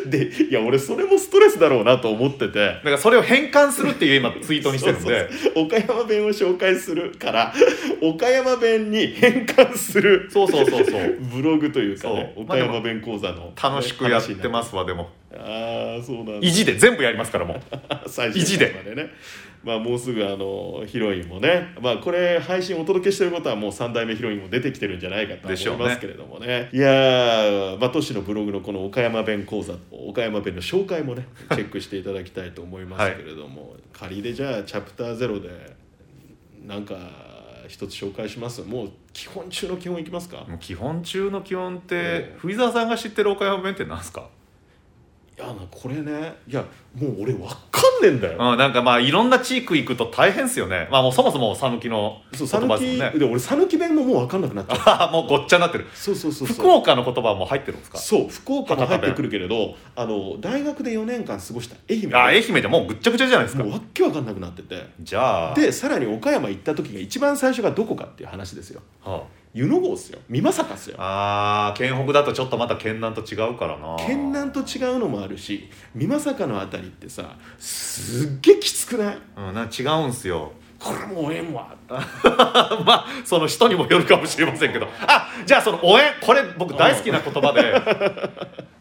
S3: でいや俺それもストレスだろうなと思ってて
S2: だからそれを変換するっていう今ツイートにしてるんで
S3: そうそうそう岡山弁を紹介するから岡山弁に変換する
S2: そうそうそうそう
S3: ブログというか、ね、
S2: そう
S3: 岡山弁講座の、
S2: 楽しくやってますすわでも
S3: ああそうなんだ
S2: 意地で全部やりますからもう
S3: 最
S2: 意地
S3: 終
S2: で
S3: 回までねまあもうすぐあのヒロインもねまあこれ配信お届けしてることはもう3代目ヒロインも出てきてるんじゃないかと
S2: でしょ
S3: 思
S2: う
S3: い
S2: ね
S3: ますけれどもねいやーまあ都市のブログのこの岡山弁講座岡山弁の紹介もねチェックしていただきたいと思いますけれども、仮でじゃあチャプター0でなんか一つ紹介しますもう基本中の基本いきますか、い
S2: もう基本中の基本って
S3: ええ
S2: 藤沢さんが知ってる岡山弁ってなんすか
S3: やなこれねいやもう俺わかんねえんだよ
S2: うん、なんかまあいろんな地域行くと大変ですよねまあもうそもそも讃岐の
S3: そ
S2: 言
S3: う讃
S2: 葉ですもん
S3: 岐、
S2: ね
S3: で俺讃岐弁ももうわかんなくなっちゃった
S2: あ あもうごっちゃになってる
S3: そうそうそうそう
S2: 福岡の言葉も入ってるんですか
S3: そう福岡も入ってくるけれどあの大学で4年間過ごした愛媛
S2: あ愛
S3: で
S2: 媛でもうぐっちゃぐちゃじゃないですか
S3: もうわっけわかんなくなってて
S2: じゃあ
S3: でさらに岡山行った時が一番最初がどこかっていう話ですよ
S2: は
S3: 湯の郷っすよ美作っすよ
S2: ああー県北だとちょっとまた県南と違うからな
S3: 県南と違うのもあるし美作のあたりってさすっげえきつくない
S2: うんなんか違うんすよ
S3: これもうええんわ
S2: まあその人にもよるかもしれませんけどあじゃあその「応援」これ僕大好きな言葉で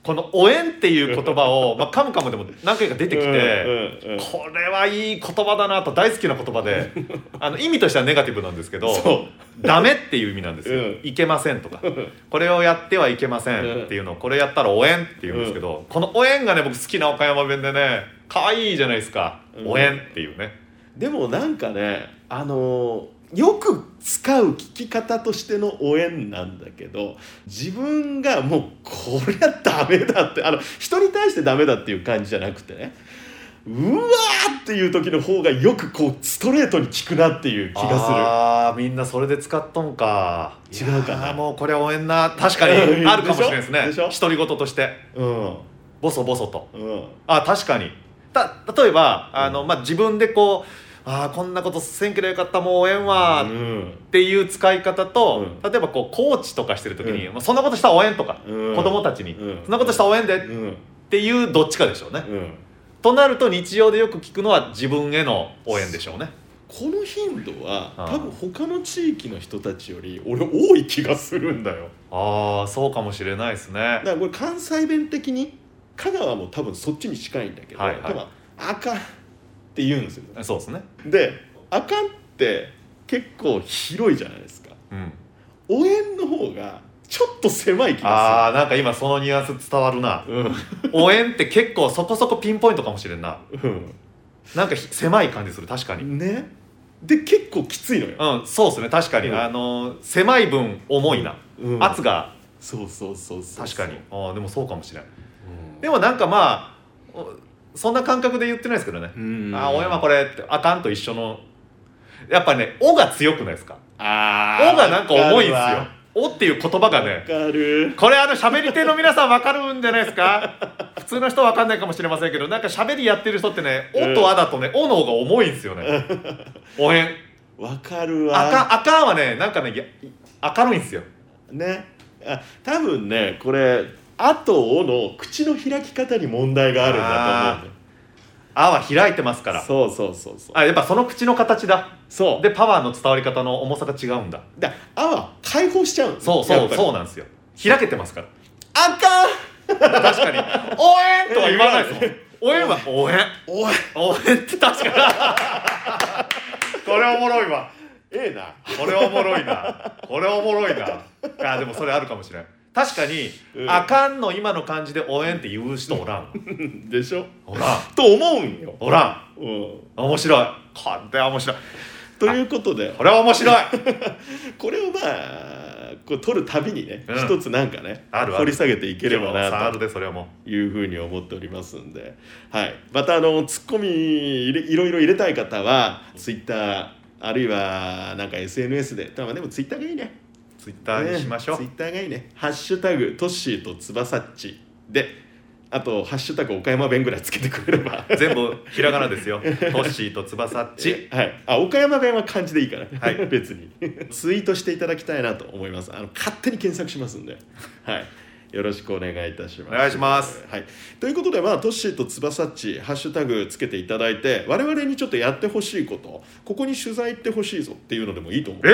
S2: この「応援」っていう言葉を「まあ、カムカム」でも何回か出てきて。
S3: うんうんうん
S2: これはいい言葉だなと大好きな言葉であの意味としてはネガティブなんですけど
S3: そう
S2: ダメっていう意味なんですよ、
S3: うん
S2: いけませんとかこれをやってはいけませんっていうのをこれやったら応援っていうんですけど、この応援がね僕好きな岡山弁でね可愛いじゃないですか、
S3: うん
S2: 応援っていうね
S3: でもなんかねあのーよく使う聞き方としての応援なんだけど自分がもうこりゃダメだってあの人に対してダメだっていう感じじゃなくてねうわーっていう時の方がよくこうストレートに効くなっていう気が
S2: あーみんなそれで使っとんか
S3: 違うかない
S2: やーもうこれ応援な確かに
S3: うん
S2: あるかもしれないですね
S3: でしょでしょ
S2: 独り言として
S3: するうん
S2: ボソボソと
S3: うん
S2: あ確かにた例えばあの、
S3: うん
S2: まあ、自分でこうあーこんなことせんけりゃよかったもう応援は、
S3: う
S2: っ
S3: ん
S2: ていう使い方と、
S3: う
S2: 例えばこうコーチとかしてる時に、
S3: う
S2: まあ、そんなことしたら応援とか、
S3: うん
S2: 子供たちに、
S3: うん
S2: そんなことしたら応援で、
S3: うん
S2: っていうどっちかでしょうね、
S3: うん
S2: となると日常でよく聞くのは自分への応援でしょうね
S3: この頻度は
S2: あー
S3: 多分他の地域の人たちより俺多い気がするんだよ
S2: ああそうかもしれないですね
S3: だからこれ関西弁的に香川も多分そっちに近いんだけど、
S2: はいはい
S3: 多分あかんって言うんですよ
S2: そうですね
S3: であかんって結構広いじゃないですか
S2: うん
S3: 応援の方がちょっと狭い気が
S2: ああなんか今そのニュアンス伝わる な
S3: するうん
S2: 応援って結構そこそこピンポイントかもしれんななんかひ狭い感じする確か
S3: う
S2: に
S3: んねで結構きついのよ、
S2: うんそうですね確かに、
S3: うん
S2: あのー狭い分重いな、
S3: うん
S2: 圧が
S3: そうそうそうそう
S2: 確かに、あーでもそうかもしれん
S3: うん
S2: でもなんかまあおそんな感覚で言ってないですけどね、
S3: うん
S2: ああ大山これってあかんと一緒のやっぱね「お」が強くないですか「
S3: あ
S2: お」がなんか重いんですよ
S3: わ
S2: 「お」っていう言葉がね
S3: かるわわかる
S2: これあの喋り手の皆さん分かるんじゃないです か普通の人分かんないかもしれませんけどなんか喋りやってる人ってね「
S3: うん
S2: お」と「あ」だとね「お」の方が重いんですよね応援
S3: わかるわ
S2: あかんあかんはねなんかねや明るいんですよ
S3: ねあ多分ねこれ「あ」と「お」の口の開き方に問題があるんだと思うね
S2: あは開いてますから
S3: そうそうそうそう
S2: あやっぱその口の形だ
S3: そう
S2: でパワーの伝わり方の重さが違うんだ
S3: だあは解放しちゃうの
S2: そう
S3: や
S2: そ
S3: っ
S2: う
S3: ぱり
S2: そうなんですよ開けてますから
S3: あかん
S2: 確 かに「応援!」とは言わないですもん「応援!」は「応援!」
S3: おい
S2: 「応援!」って確 かにこれおもろいわ
S3: ええな
S2: これおもろいなこれおもろいなあでもそれあるかもしれん確かに、
S3: うん
S2: あかんの今の感じで応援って言う人おらん
S3: でしょ
S2: おらん
S3: と思うんよ、
S2: おら
S3: うん、
S2: ん面白いこれは面白い
S3: ということで
S2: これは面白い
S3: これをまあこう取るたびにね、
S2: うん
S3: 一つなんかね
S2: あるある
S3: 掘り下げていければ
S2: サ
S3: な
S2: ードでそれはもう
S3: というふうに思っておりますんで、はい、またあのツッコミ入れいろいろ入れたい方はツイッターあるいはなんか SNS でまあでもツイッターがいいね
S2: ツイッターにしましょう、
S3: ツイッターがいいね「ハッシュタグトッシーとつばさっち」であと「ハッシュタグ岡山弁」ぐらいつけてくれれば
S2: 全部ひらがなですよトッシーと翼っち
S3: はい、あ岡山弁は漢字でいいから、
S2: はい
S3: 別にツイートしていただきたいなと思いますあの勝手に検索しま すんで、はい、よろしくお願いいたします
S2: お願いします、
S3: はい、ということで、まあ、トッシーとつばさっちハッシュタグつけていただいて我々にちょっとやってほしいことここに取材行ってほしいぞっていうのでもいいと思う
S2: え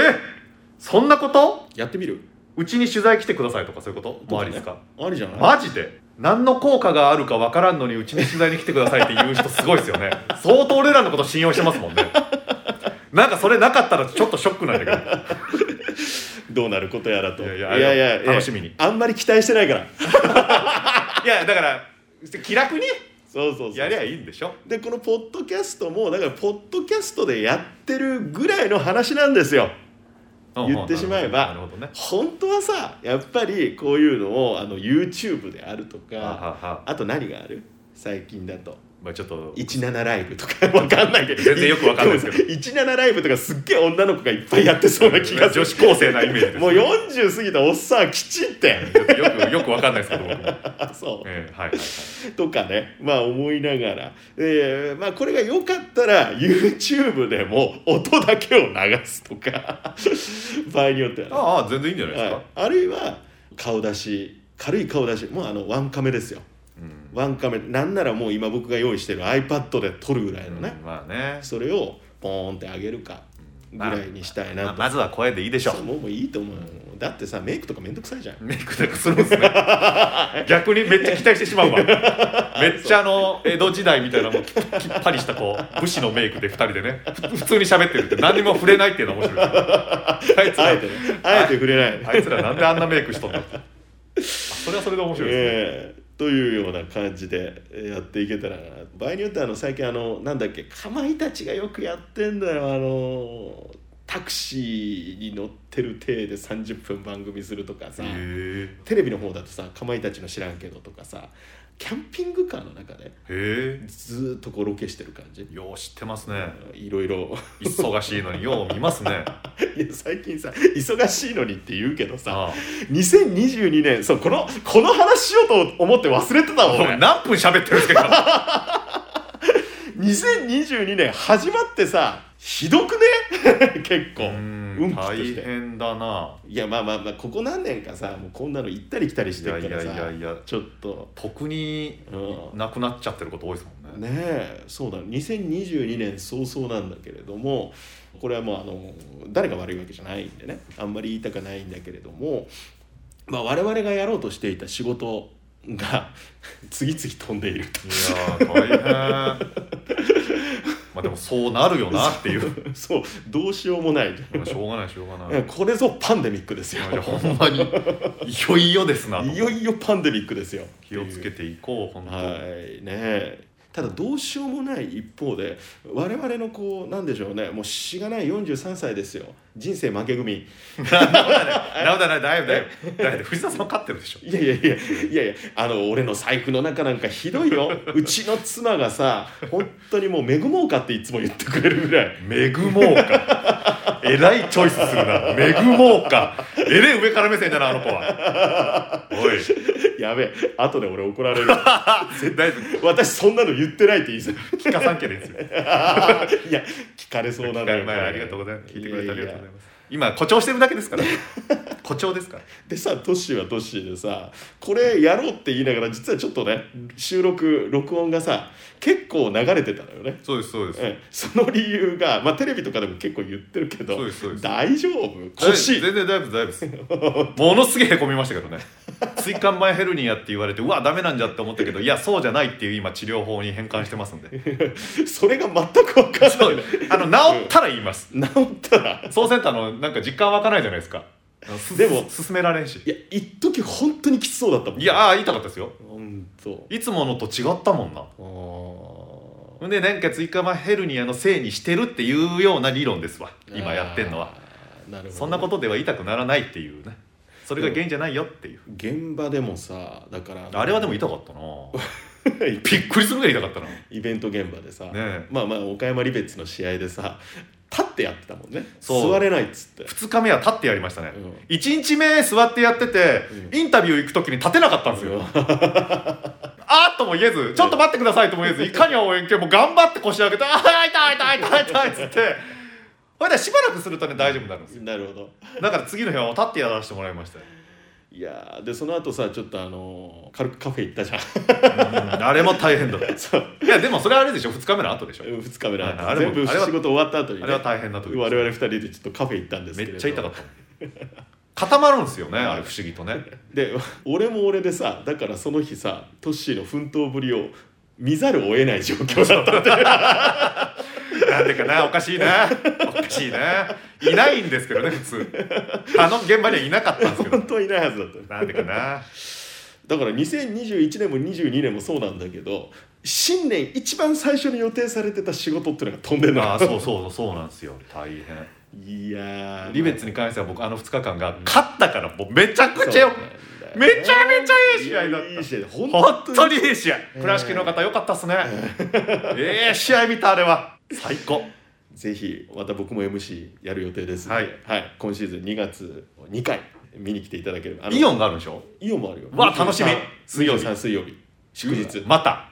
S2: そんなこと
S3: やってみる
S2: うちに取材来てくださいとかそういうこともありですか
S3: ありじゃない
S2: マジで何の効果があるかわからんのにうちに取材に来てくださいって言う人すごいですよ ね相当俺らのこと信用してますもんねなんかそれなかったらちょっとショックなんだけど
S3: どうなることやらと
S2: いやいや
S3: いやいや
S2: 楽しみに
S3: あんまり期待してないから
S2: いやだから気楽に
S3: そうそうそう
S2: やりゃいいんでしょ
S3: でこのポッドキャストもだからポッドキャストでやってるぐらいの話なんですよ言ってしまえば
S2: なるほどね
S3: 本当はさやっぱりこういうのをあの YouTube であると
S2: はあは
S3: か
S2: あはあ
S3: あと何がある最近だと
S2: まあちょっと
S3: 17ライブとか わかんないけど
S2: 全然よくわかんないですけ
S3: ど17ライブとかすっげえ女の子がいっぱいやってそうな気がす
S2: 女
S3: る
S2: 子高生なイメージです
S3: もう40過ぎたおっさんきちって
S2: よくよくわかんないですけど僕も、
S3: あそう
S2: ええ はいはい
S3: とかねまあ思いながら、えーまあ、これが良かったら YouTube でも音だけを流すとか 場合によっては、
S2: ああ全然いいんじゃないですか、
S3: はい、あるいは顔出し軽い顔出しもうあのワンカメですよ
S2: うん
S3: ワンカメなんならもう今僕が用意してる iPad で撮るぐらいのね、
S2: まあね
S3: それをポーンって上げるかぐらいにしたいな
S2: まあ
S3: と、
S2: まずは声でいいでしょ
S3: そうもうもういいと思うよだってさメイクとかめんどくさいじゃん
S2: メイクなんかするんですね 逆にめっちゃ期待してしまうわめっちゃあの江戸時代みたいなもうききっぱりしたこう武士のメイクで2人でねふ普通に喋ってるって何にも触れないっていうのが面白いあいつ
S3: あ
S2: ら
S3: えてねあえて触れない、
S2: あいつらなんであんなメイクしとんのあそれはそれで面白いですね、
S3: ええというような感じでやっていけたらな場合によってはあの最近あのなんだっけかまいたちがよくやってんだよあのタクシーに乗ってる体で30分番組するとかさ、
S2: へ
S3: テレビの方だとさかまいたちの知らんけどとかさキャンピングカーの中で
S2: えへ
S3: ずーっとこうロケしてる感じ
S2: えよう知ってますね
S3: いろいろ
S2: 忙しいのによう見ますね
S3: いや最近さ忙しいのにって言うけどさ
S2: ああ
S3: 2022年そうこのこの話しようと思って忘れてたもん
S2: お
S3: 俺
S2: い何分喋ってるんですか
S3: 2022年始まってさひどく ね結構
S2: 今
S3: 運気と
S2: 大
S3: して
S2: 変だない
S3: やまあまあまあここ何年かさもうこんなの行ったり来たりし
S2: い
S3: て
S2: や
S3: る
S2: い
S3: から
S2: や
S3: さ
S2: いやいや
S3: ちょっと
S2: 特に
S3: うん
S2: なくなっちゃってること多いですもんね
S3: ねえそうだ2022年早々なんだけれどもこれはもうあの誰が悪いわけじゃないんでねあんまり言いたくないんだけれども、まあ、我々がやろうとしていた仕事が次々飛んでいる
S2: いやー大変まあでもそうなるよなっていう
S3: そうどうしよう もない
S2: まあしょうがないしょうがない
S3: いやこれぞパンデミックですよ
S2: いやほんまにいよいよですなと
S3: いよいよパンデミックですよ
S2: 気をつけていこう本当、
S3: はいねえただどうしようもない一方で我々のこうなんでしょうねもうしがない43歳ですよ人生負け組
S2: なおだなだいぶだいぶだいぶ藤田さん勝ってるでしょ
S3: いやいやいやいやいやあの俺の財布の中なんかひど いようちの妻がさ本当にもう恵もうかっていつも言ってくれるぐらい
S2: 恵もうかえらいチョイスするな恵もうかえれえ上から目線だなあの子はおい
S3: やべえ後で俺怒ら れる
S2: だいぶ
S3: 私そんなの言ってないって言いそう
S2: 聞かさんけりですよ
S3: いや聞かれそうなんだ
S2: 前ありがとうございます聞いてくれてありがとうございます今 誇張してるだけですから誇張ですから
S3: でさトッシーはトッシーでさこれやろうって言いながら実はちょっとね収録録音がさ結構流れてたのよね
S2: そうですそうです
S3: ええその理由が、まあ、テレビとかでも結構言ってるけど
S2: そうですそうです
S3: 大丈夫腰
S2: 全然大丈夫大丈夫ですものすげえへこみましたけどね椎間板ヘルニアって言われてうわダメなんじゃって思ったけどいやそうじゃないっていう今治療法に変換してますん で
S3: それが全く分かんな
S2: そ
S3: いうね
S2: あの治ったら言います
S3: 治ったら
S2: そうせんとあのなんか実感湧かないじゃないですかす
S3: でも
S2: 進められんし
S3: いや一時本当にきつそうだったもん
S2: いやあー痛かったですよ
S3: 本当
S2: いつものと違ったもんな
S3: あ
S2: ほんでなんか椎間板ヘルニアのせいにしてるっていうような理論ですわ
S3: ー
S2: 今やってんのは
S3: あーなるほどね
S2: そんなことでは痛くならないっていうねそれが原因じゃないよっていう
S3: 現場でもさだから
S2: あれはでも 痛かったなびっくりするぐらい痛かったな
S3: イベント現場でさ、
S2: え
S3: まあまあ岡山リベッツの試合でさ立ってやってたもんね
S2: そう
S3: 座れないっつって
S2: 2日目は立ってやりましたね、
S3: うん
S2: 一1日目座ってやってて、
S3: うん
S2: インタビュー行く時に立てなかったんですよ、あーとも言えずちょっと待ってくださいとも言えずいかに応援系も頑張って腰上げて「あー痛い痛い痛い痛い痛い」っつってほいでしばらくするとね大丈夫になるんですよ
S3: なるほど
S2: だから次の日は立ってやらせてもらいましたよ
S3: いやーでその後さちょっとあのー軽くカフェ行ったじゃん
S2: あれも大変だった
S3: そう
S2: いやでもそれあれでしょ2日目の後でしょ
S3: 2日目の後
S2: あれも
S3: 全部
S2: あれは
S3: 仕事終わった後に、ね、
S2: あれは大変な時です
S3: 我々2人でちょっとカフェ行ったんです
S2: め
S3: けれど
S2: っちゃ痛かった固まるんですよねあれ不思議とね
S3: で 俺も俺でさだからその日さトッシーの奮闘ぶりを見ざるを得ない状況だったんで
S2: なんでかなおかしいなおかしいないないんですけどね普通あの現場にはいなかったんですけど
S3: 本当はいないはずだった
S2: なんでかな
S3: だから2021年も22年もそうなんだけど新年一番最初に予定されてた仕事っていうのが飛んでる
S2: ああそうそうそうなんですよ大変
S3: いやー
S2: リベッツに関しては僕あの2日間が勝ったからもうめちゃくちゃ
S3: そう
S2: よ
S3: なんだよね
S2: めちゃめちゃいい試合だっ
S3: いい試合だ
S2: た
S3: 本
S2: 本
S3: 当
S2: 当
S3: に
S2: にいい試合倉敷の方よかったっすねええ試合見たあれは最高
S3: ぜひまた僕も MC やる予定です
S2: はい
S3: 今シーズン2月2回見に来ていただければあの
S2: イオンがあるんでしょ
S3: イオンもあるよ
S2: わ楽しみ水
S3: 水曜
S2: 曜
S3: 日
S2: 日
S3: 水曜日祝日
S2: また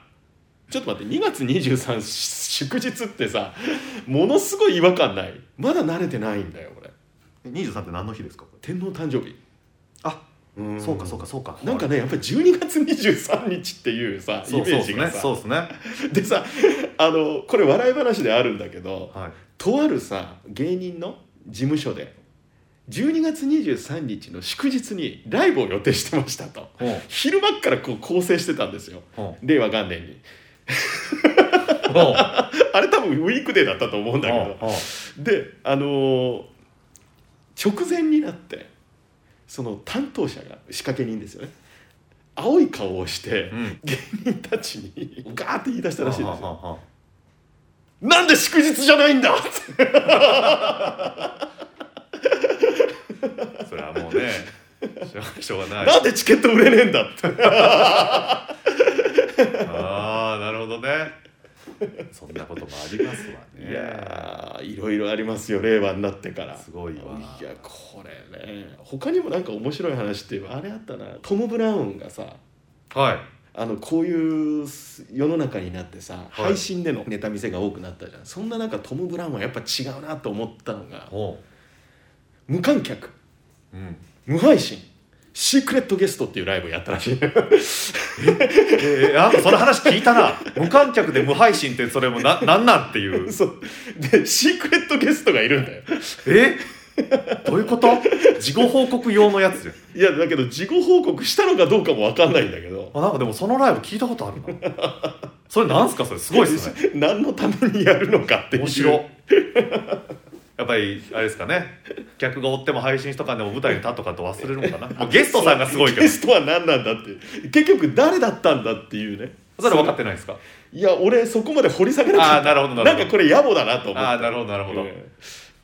S3: ちょっと待って2月23祝日ってさものすごい違和感ないまだ慣れてないんだよこれ
S2: 23って何の日ですか
S3: 天皇誕生日
S2: あ
S3: ん
S2: そうかそうかそうか
S3: なんかねやっぱり12月23日っていうさイ
S2: そ
S3: メ
S2: うそう
S3: ー
S2: っす
S3: ジ
S2: ね
S3: がさ
S2: そうですね
S3: でさあのこれ笑い話であるんだけど
S2: はい
S3: とあるさ芸人の事務所で12月23日の祝日にライブを予定してましたと
S2: ほう
S3: 昼間っからこう構成してたんですよ
S2: ほ
S3: 令和元年に
S2: うほう
S3: あれ多分ウィークデーだったと思うんだけど
S2: うんうん
S3: であのー直前になってその担当者が仕掛け人ですよね青い顔をして、
S2: うん
S3: 芸人たちにガーって言い出したらしいんで
S2: はあ
S3: すよ
S2: はあは
S3: 「なんで祝日じゃないんだ!」って
S2: あそれはもうねしょうしょう
S3: 「
S2: がない
S3: なんでチケット売れねえんだ!」って
S2: ああなるほどねそんなこともありますわね
S3: いやーいろいろありますよ令和になってから
S2: すごいわ
S3: いやこれね他にもなんか面白い話っていうかあれあったなトム・ブラウンがさ
S2: はい
S3: あのこういう世の中になってさ、
S2: い
S3: 配信でのネタ見せが多くなったじゃんそんな中トム・ブラウンはやっぱ違うなと思ったのが
S2: ほ
S3: 無観客
S2: ううん
S3: 無配信シークレットゲストっていうライブをやったらしい
S2: えー、あその話聞いたな無観客で無配信ってそれも ななんなんっていう
S3: そうでシークレットゲストがいるんだよ
S2: えどういうこと事後報告用のやつじゃん
S3: いやだけど事後報告したのかどうかも分かんないんだけど
S2: あなんかでもそのライブ聞いたことあるなそれなんすかそれすごいっすね
S3: 何のためにやるのかっていう
S2: 面白やっぱりあれですかね客が追っても配信しとかでも舞台に立っとかと忘れるのかなもうゲストさんがすごいけど
S3: ゲストは何なんだって結局誰だったんだっていうね
S2: それ分かってないですか
S3: いや俺そこまで掘り下げなかった
S2: あーなるほどなるほど
S3: んかこれ野暮だなと思って
S2: ああなるほどなるほど、
S3: うん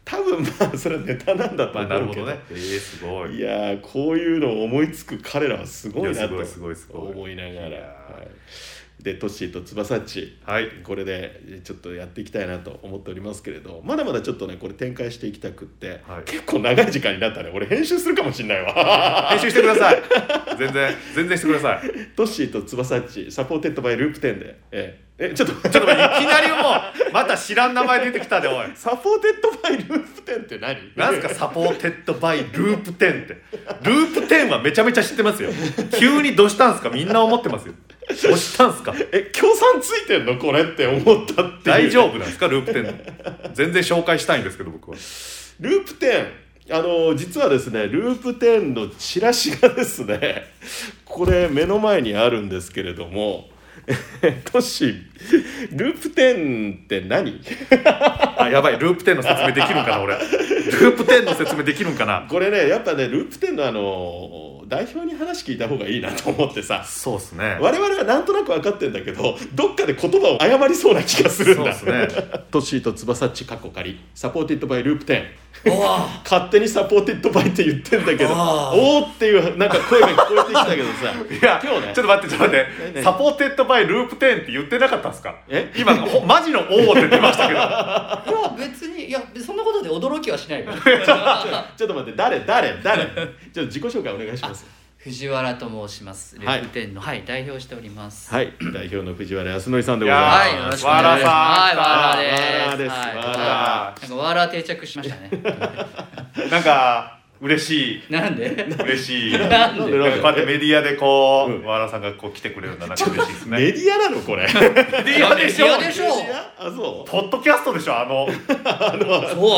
S3: 多分まあそれはネタなんだと
S2: まあなる
S3: 思う
S2: ほ
S3: けど,、
S2: どねえー、すごい
S3: いやーこういうのを思いつく彼らはすごい
S2: いや
S3: な
S2: す
S3: と
S2: ごいすごいすごい
S3: 思いなが
S2: い
S3: ら、
S2: やー
S3: はいでトッシーと翼っち
S2: はい
S3: これでちょっとやっていきたいなと思っておりますけれどまだまだちょっとねこれ展開していきたくって、
S2: はい
S3: 結構長い時間になったね俺編集するかもしんな いわ
S2: 編集してください全然全然してください
S3: トッシーと翼っちサポーテッドバイループ10でえええちょっと
S2: ちょっと待っていきなりもうまた知らん名前出てきたでおい
S3: サポーテッドバイループ10って何
S2: なんすかサポーテッドバイループ10ってループ10はめちゃめちゃ知ってますよ急にどうしたんすかみんな思ってますよどうしたんすか
S3: え協賛ついてんのこれって思ったっていう
S2: 大丈夫なんですかループ10の全然紹介したいんですけど僕は
S3: ループ10あの実はですねループ10のチラシがですねこれ目の前にあるんですけれども えトッシーループ10って何
S2: あやばいループ10の説明できるんかな俺ループ10の説明できるんかな
S3: これねやっぱねループ10のあの代表に話聞いた方がいいなと思ってさ
S2: そうっすね
S3: 我々はなんとなく分かってんだけどどっかで言葉を誤りそうな気がするんだ
S2: そうっす
S3: トッシーと翼っちかっこ仮サポーティッドバイループ10
S2: お
S3: 勝手にサポーティッドバイって言ってんだけど
S2: あ
S3: おーっていうなんか声が聞こえてきたけどさ
S2: いや
S3: 今日ね
S2: ちょっと待ってちょっと待っ
S3: 何
S2: て
S3: 何
S2: サポーテッドバイループ10って言ってなかったんすか
S3: え
S2: 今ほマジの「おお」って出ましたけど
S4: いや別にいやそんなことで驚きは しないよ
S3: ちょっと待って誰誰誰ちょっと自己紹介お願いします
S4: 藤原と申しますレ
S3: はい
S4: ップ店のはい、代表しております
S3: はい代表の藤原康則さんで
S2: い
S3: ござい
S2: や
S3: ま
S4: は
S3: す
S4: いよろしくお願いしますはい
S2: わ
S4: わ
S2: ら
S4: らです
S3: わらです
S4: は
S3: わ
S4: い
S2: ら
S4: なんかわら定着しましたね
S2: なんか嬉しい
S4: なんで
S2: 嬉しい
S4: なん
S3: なん
S4: で
S3: で
S2: なんかこうやってメディアでこう、
S3: うん
S2: 和原さんがこう来てくれるのはなんか嬉しいですね。
S3: メディアなのこれメ
S2: メディアでしょ
S4: メディアでしょ
S3: ディアあそう
S2: ポッドキャストでしょあの。
S4: そう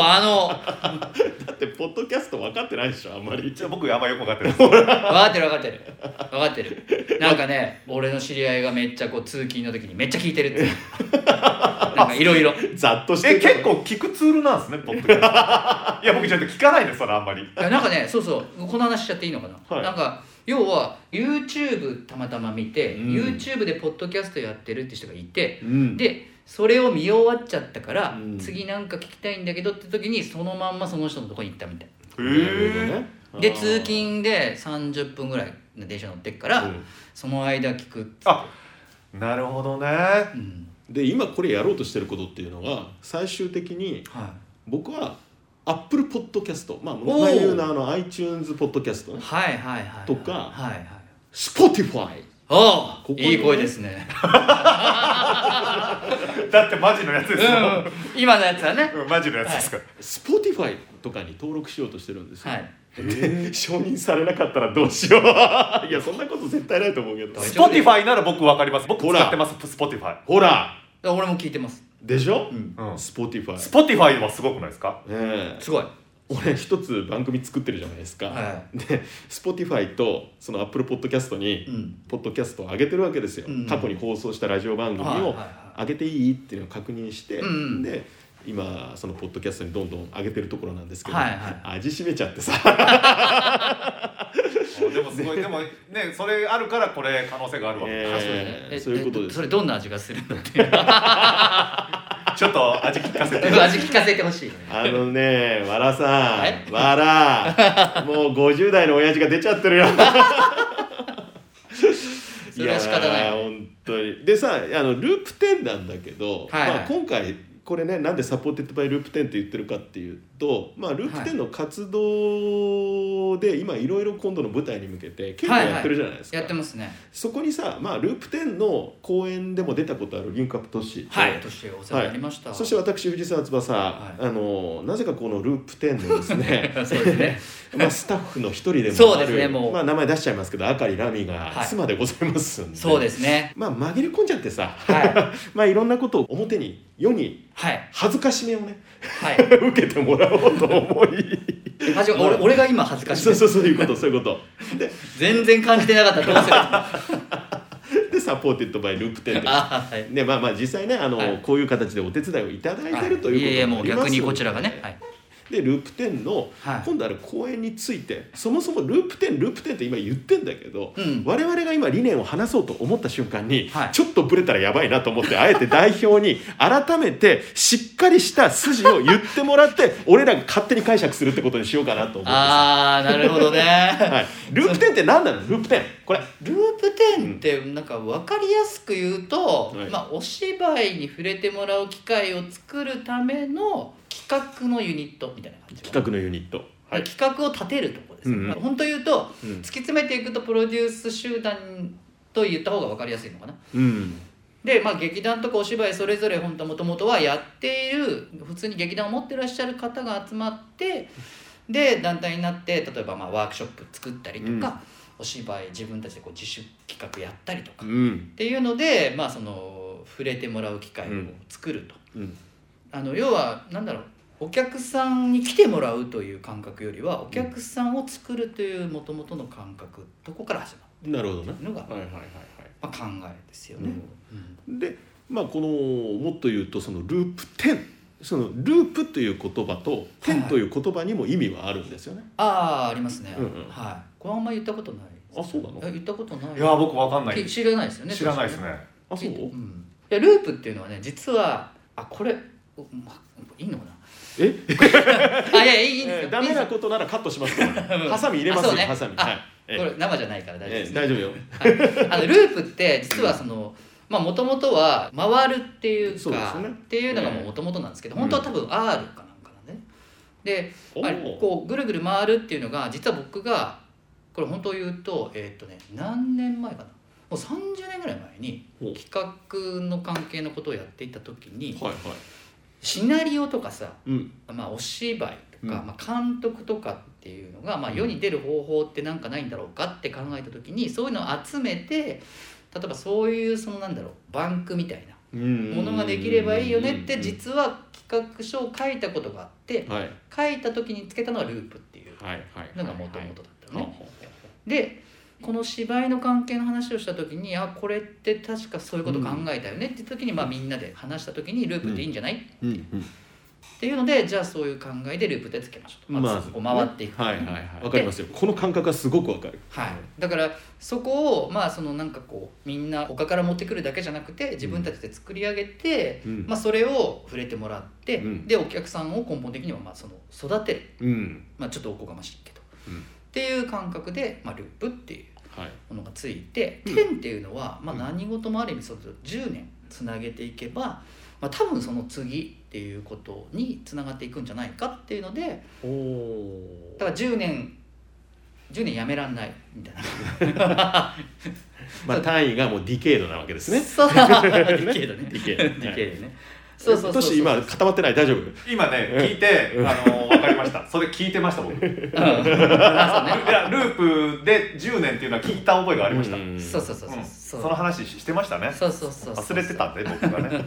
S4: あ
S3: だってポッドキャスト分かってないでしょあんまり
S2: 一応僕あんまよく分かってないです。
S4: の分かってる分かってる分かってるなんかね俺の知り合いがめっちゃこう通勤の時にめっちゃ聞いてるっていう なんかいろいろ
S3: ざっとして
S2: え
S3: る
S2: 結構聞くツールなんですねポッドキャスト。いや僕ちょっと聞かないですそれあんまり。
S4: いやなんかねそうそうこの話しちゃっていいのかな、
S3: はい
S4: なんか要は YouTube たまたま見て、
S3: うん
S4: YouTube でポッドキャストやってるって人がいて
S3: う、ん
S4: でそれを見終わっちゃったから、
S3: うん
S4: 次なんか聞きたいんだけどって時にそのまんまその人のとこに行ったみたい
S2: へ
S3: なるほど
S2: え。
S3: ね
S4: で
S3: あー
S4: 通勤で30分ぐらいの電車乗ってっから、
S3: うん
S4: その間聞くって
S2: あなるほどね。
S4: うん
S3: で今これやろうとしてることっていうのは最終的に
S4: は
S3: 僕はアップルポッドキャストまあ
S4: ー
S3: 前言うのはあの iTunes ポッドキャスト
S4: い、
S3: ね
S4: はいはいはいはい
S3: とか
S4: はいはい
S3: Spotify
S4: お
S3: ここ
S4: お
S3: に
S4: いい声ですね
S2: だってマジのやつですよ。
S4: うん今のやつはね
S2: うんマジのやつですから。
S3: Spotify とかに登録しようとしてるんですよ、
S4: はい
S3: で承認されなかったらどうしよう いやそんなこと絶対ないと思うけど
S4: 大
S2: ス
S4: 丈夫
S2: ポティファイなら僕分かります。僕
S3: ほら
S2: 使ってますスポティファイ。
S3: ほら
S4: 俺も聞いてます
S3: でしょ、
S4: ん
S2: うん
S3: Spotify
S2: スポティファイはすごくないですか。
S3: ええ
S4: すごい
S3: 俺一つ番組作ってるじゃないですか、
S4: は
S3: で Spotify とその Apple ポッドキャストに、
S4: うん
S3: ポッドキャストを上げてるわけですよ、
S4: うん
S3: 過去に放送したラジオ番組
S4: はいはい
S3: を
S4: はい
S3: 上げていいっていうのを確認して、
S4: うんうん
S3: で今そのポッドキャストにどんどん上げてるところなんですけど、
S4: はいはい
S3: 味しめちゃってさ
S2: でもすごいでもねそれあるからこれ可能性があるわけ。
S3: え
S4: あそうだよね
S3: えーそういうことです
S4: それどんな味がするんだっていう
S2: ちょっと味聞かせて。
S4: 味聞かせてほしい
S3: あのねわらさ
S4: はい
S3: んわ らもう50代の親父が出ちゃってるよ
S4: それは仕方ない
S3: やー本当にでさあのループ10なんだけど、
S4: はいはい
S3: まあ、今回これねなんでサポーテッドバイループ10って言ってるかっていうと、まあ、ループ10の活動で今いろいろ今度の舞台に向けて結構やってるじゃないですか、
S4: やってますね
S3: そこにさ、まあ、ループ10の公演でも出たことあるリンクアップ都市と
S4: はい年お世話になりました、
S3: そして私藤沢翼、
S4: はい
S3: あのなぜかこのループ10のですね
S4: そうですね
S3: まあスタッフの一人でもある
S4: そうですねもう
S3: まあ、名前出しちゃいますけどあかりラミが
S4: はい
S3: 妻でございますんで、
S4: そうですね
S3: まあ紛れ込んじゃってさ、
S4: は
S3: まあいろんなことを表に世に
S4: はい
S3: 恥ずかしめをね
S4: はい
S3: 受けてもらおうと思い
S4: 恥ずか俺俺が今恥ずかしい
S3: そうそうそういうことそういうこと
S4: 全然感じてなかったどうする あ
S3: でサポーテッドバイループ10で
S4: はい
S3: ねまあまあ実際ねあの、
S4: はい
S3: こういう形でお手伝いをいただいてると
S4: いえい
S3: い
S4: え
S3: うこと
S4: も
S3: もあ
S4: う
S3: りますの
S4: 逆
S3: で
S4: にこちらがね、はい、
S3: でループ10の
S4: はい
S3: 今度ある公演についてそもそもループ10ループ10って今言ってんだけど、
S4: うん
S3: 我々が今理念を話そうと思った瞬間に、
S4: はい
S3: ちょっとブレたらやばいなと思ってあえて代表に改めてしっかりした筋を言ってもらって 俺らが勝手に解釈するってことにしようかなと思ってさ
S4: あーなるほどね、
S3: はい、ループ10って何なのループ10これ
S4: ループ10ってなんか分かりやすく言うと、
S3: はい
S4: まあ、お芝居に触れてもらう機会を作るための企画のユニットみたいな感じ
S3: 企画のユニット、はい
S4: 企画を立てるところです、ね
S3: うんうん
S4: 本当言うと、
S3: うん
S4: 突き詰めていくとプロデュース集団と言った方が分かりやすいのかな
S3: うん
S4: で、まあ、劇団とかお芝居それぞれ本当もともとはやっている普通に劇団を持ってらっしゃる方が集まってで団体になって例えばまあワークショップ作ったりとか、お芝居自分たちでこう自主企画やったりとか、
S3: う
S4: っ
S3: ん
S4: ていうので、まあ、その触れてもらう機会を作ると。
S3: うん
S4: あの要はなんだろうお客さんに来てもらうという感覚よりはお客さんを作るというもともとの感覚とこから始ま
S3: なるほどな
S4: るのが、
S3: は
S4: ま
S3: いはいはいはい
S4: あ、考えですよね。うん
S3: でまあこのもっと言うとそのループ10そのループという言葉と「
S4: は
S3: 10
S4: い」
S3: という言葉にも意味はあるんですよね。
S4: ああありますね、
S3: うんうん
S4: はいこれあんま言ったことない
S3: あそうなの
S4: え言ったことない
S2: いや僕わかんない
S4: き知らないですよね
S2: 知らないですね
S3: あそう
S4: 確かにんいやループっていうのはね実はあこれおまいいのかな
S3: え、
S4: あいやいいいいんです
S3: え
S4: よ、
S3: ー、ダメな
S4: こ
S3: ことならカットしますから、
S4: うん
S3: ハサミ入れます
S4: あ
S3: よ、
S4: そうね
S3: ハサミ
S4: あ
S3: はい、え
S4: れ生じゃないから大丈夫
S3: え
S4: です、
S3: ー大丈夫よ
S4: はいあのループって実はそのまあもともとは回るっていう
S3: そうで
S4: か
S3: すね
S4: っていうのがもともとなんですけど本当は多分 R かなんかなんでねで
S3: お
S4: あ
S3: ー
S4: こうぐるぐる回るっていうのが実は僕がこれ本当言うとえーっとね何年前かなもう30年ぐらい前に
S3: ほう
S4: 企画の関係のことをやっていた時に
S3: はいはい
S4: シナリオとかさ、
S3: うん
S4: まあ、お芝居とか、
S3: うん
S4: まあ、監督とかっていうのが、まあ、世に出る方法ってなんかないんだろうかって考えた時にそういうのを集めて例えばそういうそのなんだろうバンクみたいなものができればいいよねって実は企画書を書いたことがあって
S3: はいはい
S4: 書いた時につけたのがループっていう
S3: はいはい
S4: のがもともとだったのね。
S3: はいはい
S4: でこの芝居の関係の話をした時に「あこれって確かそういうこと考えたよね」って時に、まあ、みんなで話した時に「ループっていいんじゃない?」
S3: うんうん
S4: っていうのでじゃあそういう考えでループでつけましょうと、まずこう回っていく、
S3: はいはいはいわかりますよこの感覚はすごくわかる
S4: はい、だからそこをまあそのなんかこうみんな他から持ってくるだけじゃなくて自分たちで作り上げて、
S3: うん
S4: まあ、それを触れてもらって、
S3: うん
S4: でお客さんを根本的にはまあその育てる、
S3: うん
S4: まあ、ちょっとおこがましいけど、
S3: うん
S4: っていう感覚で、まあ、ループっていう
S3: はい
S4: ものがついて「
S3: うん
S4: 点」っていうのは、まあ、
S3: うん
S4: 何事もある意味その10年つなげていけば、まあ、多分その次っていうことにつながっていくんじゃないかっていうので
S3: おお
S4: だから10年10年やめらんないみたいな
S3: まあ単位がもうディケードなわけですね
S4: そうディケードね
S3: デ
S4: デ
S3: ィ
S4: ィ
S3: ケ
S4: ケ
S3: ード
S4: ードねそうそうそ
S3: ト
S4: う
S3: シ今固まってない大丈夫
S2: 今ね聞いてあの分かりましたそれ聞いてました僕い
S4: うん あそうね
S2: やループで10年っていうのは聞いた覚えがありました
S3: うん
S4: そうそうそう
S2: う
S4: そ
S2: ん
S4: う
S2: そ
S4: そ
S2: の
S4: う
S2: 話してましたね
S4: そうそうそうそう
S2: 忘れてたんで僕が ね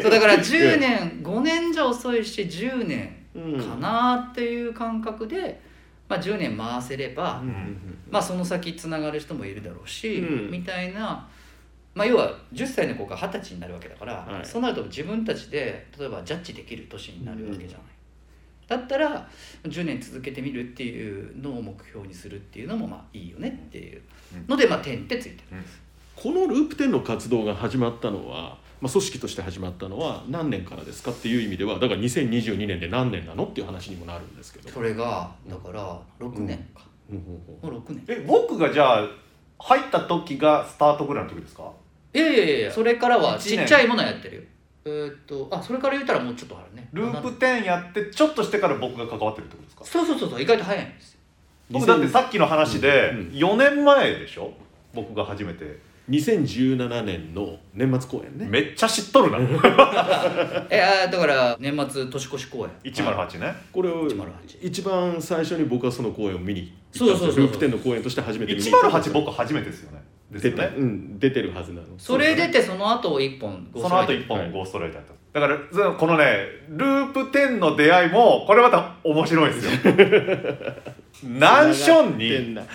S4: そうだから10年5年じゃ遅いし10年
S3: うん
S4: かなっていう感覚で、まあ、10年回せれば、
S2: うん
S4: まあ、その先つながる人もいるだろうし、
S3: うん
S4: みたいな、まあ、要は10歳の子が20歳になるわけだから、
S3: はい
S4: そうなると自分たちで例えばジャッジできる年になるわけじゃない、だったら10年続けてみるっていうのを目標にするっていうのもまあいいよねっていうので「まあ、点」ってついてる。
S3: このループ10の活動が始まったのは、まあ、組織として始まったのは何年からですかっていう意味ではだから2022年で何年なのっていう話にもなるんですけど。
S4: それがだから6年か、
S3: うんうんうん
S4: もう6年
S2: え僕がじゃあ入った時がスタートぐらいの時ですか
S4: いやいやいやそれからは
S2: 一
S4: ち
S2: 年
S4: っちゃいものはやってるよえーっとあそれから言ったらもうちょっとあるね
S2: ループ10やってちょっとしてから僕が関わってるってことですか
S4: そうそうそうそう意外と早いんですよ
S2: 僕だってさっきの話で
S3: うん
S2: 4年前でしょ僕が初めて
S3: 2017年の年末公演ね。
S2: めっちゃ知っとるな
S4: えあーだから年末年越し公演
S2: 108ね
S3: これを
S4: 108
S3: 一番最初に僕はその公演を見に
S4: そうそうそうそう
S3: ループ10の公演として初 めて見に行ったんです
S2: 108
S3: よ
S2: 僕初めてですよねです
S3: 出
S2: よ
S3: て
S2: ね
S3: うん出てるはずなの
S4: それ出てその後一本
S2: その後
S4: 一
S2: 1
S3: はい
S2: 本ゴーストライターやっただからそのこのねループ10の出会いもこれまた面白いん ですよナンション
S3: 繋がって
S2: に
S3: んな
S2: 告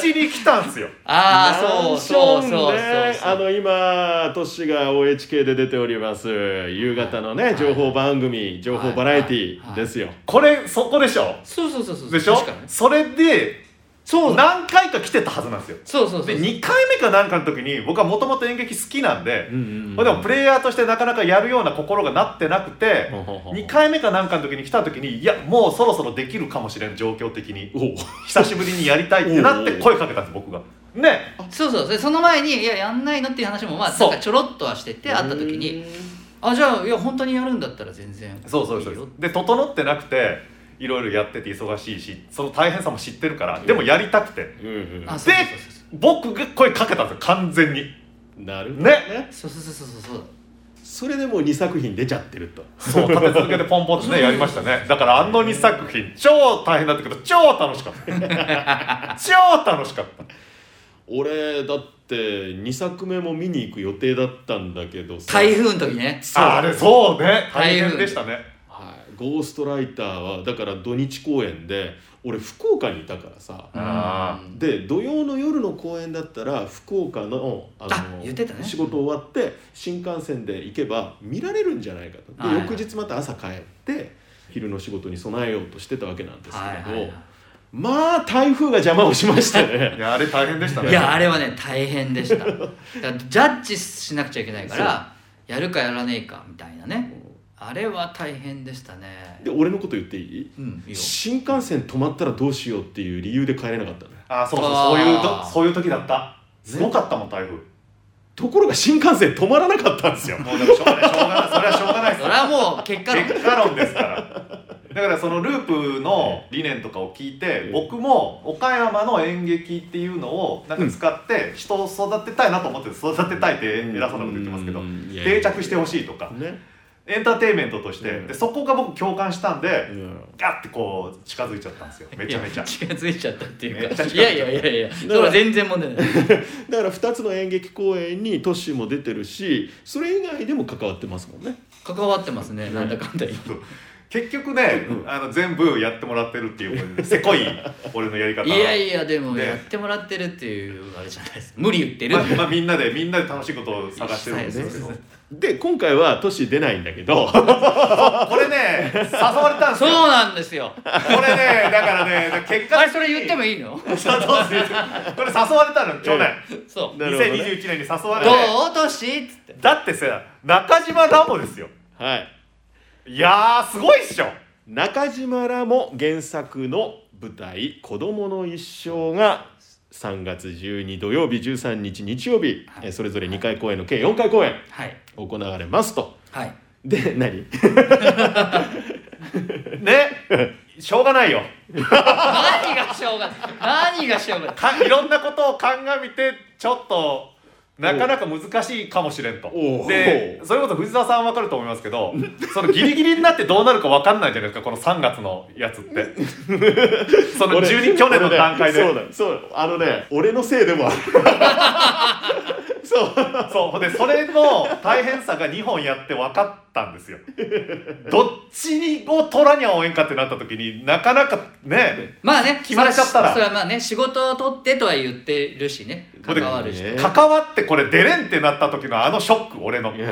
S2: 知に来たんですよ
S4: ああそうそうそうそう
S3: ね
S4: そう
S3: あの今トシが OHK で出ております夕方のね情報番組情報バラエティーですよ
S2: これそこでしょ
S4: そうそうそうそう
S2: でしょ
S4: 確かに
S2: それでそう何回か来てたはずなんですよ
S4: そうそうそう
S2: で2回目かなんかの時に僕はもともと演劇好きなんで、
S3: うんうんうん
S2: まあでもプレイヤーとしてなかなかやるような心がなってなくて
S3: ほうほうほう
S2: 2回目かなんかの時に来た時にいやもうそろそろできるかもしれん状況的に久しぶりにやりたいってなって声かけたんです僕がね
S4: そうそうでその前にいややんないのっていう話もまあ
S2: そ
S4: な
S2: うん
S4: かちょろっとはしてて会った時にあじゃあいや本当にやるんだったら全然
S2: そうそうそ
S4: いいよ
S2: うで整ってなくていろいろやってて忙しいしその大変さも知ってるからでもやりたくて
S3: うんうん
S4: あそうそう
S2: 僕が声かけたんですよ完全に
S3: なるほど
S2: ね
S4: そうそうそうそうそうそうそう
S3: それでもう2作品出ちゃってると
S2: そう立て続けてポンポンと ねやりましたねだからあの2作品超大変だったけど超楽しかった 超楽しかった
S3: 俺だって2作目も見に行く予定だったんだけどさ
S4: 台風の時ね
S2: あれそうね大
S4: 大変
S2: 変でしたね
S3: はい、ゴーストライターはだから土日公演で俺福岡にいたからさ、
S4: うん
S2: あ
S3: で土曜の夜の公演だったら福岡のあ
S4: あ言ってたね
S3: 仕事終わって新幹線で行けば見られるんじゃないかと
S4: はい
S3: で
S4: はい
S3: 翌日また朝帰って昼の仕事に備えようとしてたわけなんです
S4: はい
S3: け
S4: は
S3: れど、
S4: いは
S3: まあ台風が邪魔をしました
S2: い
S3: ね
S2: やあれ大変でした
S4: い
S2: ね
S4: いやあれはね大変でしただからジャッジしなくちゃいけないからやるかやらねえかみたいなねあれは大変でしたね
S3: で俺のこと言っていい
S4: うんいいよ
S3: 新幹線止まったらどうしようっていう理由で帰れなかったの
S2: あそうそう
S4: あ
S2: そういう
S4: ー
S2: とそういう時だったすごかったもん台風
S3: ところが新幹線止まらなかったんです よ
S2: もうでもしょうがないしょうがないそれはしょうがないです
S4: それはもう結果論
S2: 結果論です からだからそのループの理念とかを聞いて
S3: え
S2: 僕も岡山の演劇っていうのをなんか使って人を育てたいなと思って育てたいって偉そうなこと言ってますけど
S3: うんいやいや
S2: 定着してほしいとか
S3: ね、
S2: エンターテインメントとして
S3: うん
S2: でそこが僕共感したん
S3: う
S2: で
S3: ん
S2: ガッてこう近づいちゃったんですよめちゃめちゃ
S4: いや近づいちゃったっていう
S2: めっち
S4: か
S2: ゃ近づい
S4: い
S2: ちゃ
S4: や
S2: った
S4: いやいやいやそれは全然問題ない
S3: だから2つの演劇公演にトッシーも出てるしそれ以外でも関わってますもんね
S4: 関わってますねなんだかんだ言って
S2: 結局ね、あの全部やってもらってるっていうせこい俺のやり方
S4: いやいやでも
S2: ね
S4: やってもらってるっていうあれじゃないです無理言ってる
S2: まあ、まあみんなでみんなで楽しいことを探してるんですけど、
S3: で今回はトッシー出ないんだけど
S2: これね誘われたんです
S4: そう
S2: よ
S4: なんですよ
S2: これねだからねだから結果
S4: あれそれ言ってもいいの
S2: そうそうそうこれ誘われたの去年、
S4: そう
S3: なるほどね
S2: 2021年に誘われ
S4: ど
S2: て
S4: うとしっつって
S2: だってさ中島ラモですよ
S3: はい
S2: いやーすごいっしょ
S3: 中島らも原作の舞台「子どもの一生」が3月12土曜日13日日曜日、
S4: はい
S3: えそれぞれ2回公演の計4回公演
S4: はい
S3: 行われますと
S4: はい
S3: で何
S2: ねしょうがないよ
S4: 何がしょうが何がしょうがない
S2: かい ろんなことを鑑みてちょっとなかなか難しいかもしれんと
S3: おう
S2: でそれこそ藤沢さん分かると思いますけ どそのギリギリになってどうなるか分かんないじゃないですかこの3月のやつって その
S3: 俺
S2: 12去年の段階で
S3: 俺ね そうだそうあのね俺のせいでもある そう
S2: そうでそれの大変さが2本やって分かったんです よどっちにを取らにゃ応援かってなった時になかなかね
S4: まあね
S2: 決まっちゃったら
S4: それはまあね仕事を取ってとは言ってるしね関わるし
S3: ね
S2: 関わってこれ出れんってなった時のあのショック俺の
S3: いや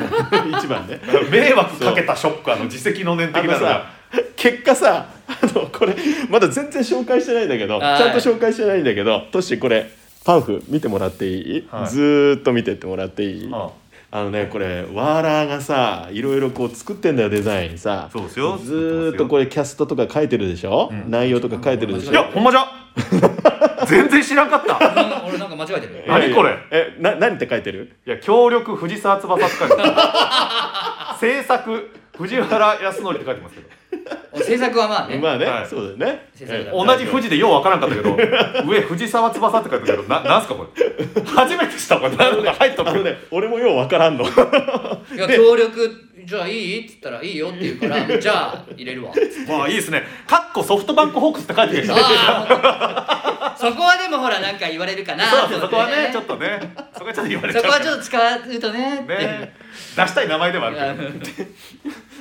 S3: 一番ね
S2: 迷惑かけたショックあの自責の念
S3: あ
S2: 的な
S3: の
S2: の
S3: さ
S2: が
S3: 結果さあのこれまだ全然紹介してないんだけどち
S4: はい
S3: ゃんと紹介してないんだけどトシこれパンフ見てもらっていい、
S2: はい
S3: ずーっと見てってもらっていい、
S2: うん
S3: あのねこれワーラーがさいろいろこう作ってんだよデザインさ
S2: そうですよ
S3: ずーっとこれキャストとか書いてるでしょ、
S2: ん
S3: 内容とか書いてるでしょ
S2: いやほんまじゃ 全然知らんかった
S4: 俺なん俺なんか間違えてる
S3: いやいや
S2: 何これ
S3: えな何って書いてる
S2: いや協力 藤沢翼って書いてある 制作藤原康則って書いてますけど
S4: 制作はまあね
S3: まあね、
S2: はい
S3: そうだよね
S4: 先生だ
S2: 同じ富士でようわからんかったけど上藤沢翼って書いてあるけどななんすかこれ初めて知ったこれ何か入った
S3: あ
S2: の
S3: のね俺もようわからんの
S4: いや協力じゃあいいっつったらいいよって言う からじゃあ入れるわっつって
S2: まあいいですねかっこソフトバンクホークスって書いてあるけど
S4: ああそこはでもほらなんか言われるかな
S2: そうですねそこはね
S4: と
S2: ちょ
S4: 思
S2: っとねそこはちょっと言われちゃ
S4: そうこはちょっと使うとねって
S2: ね出したい名前ではあるけど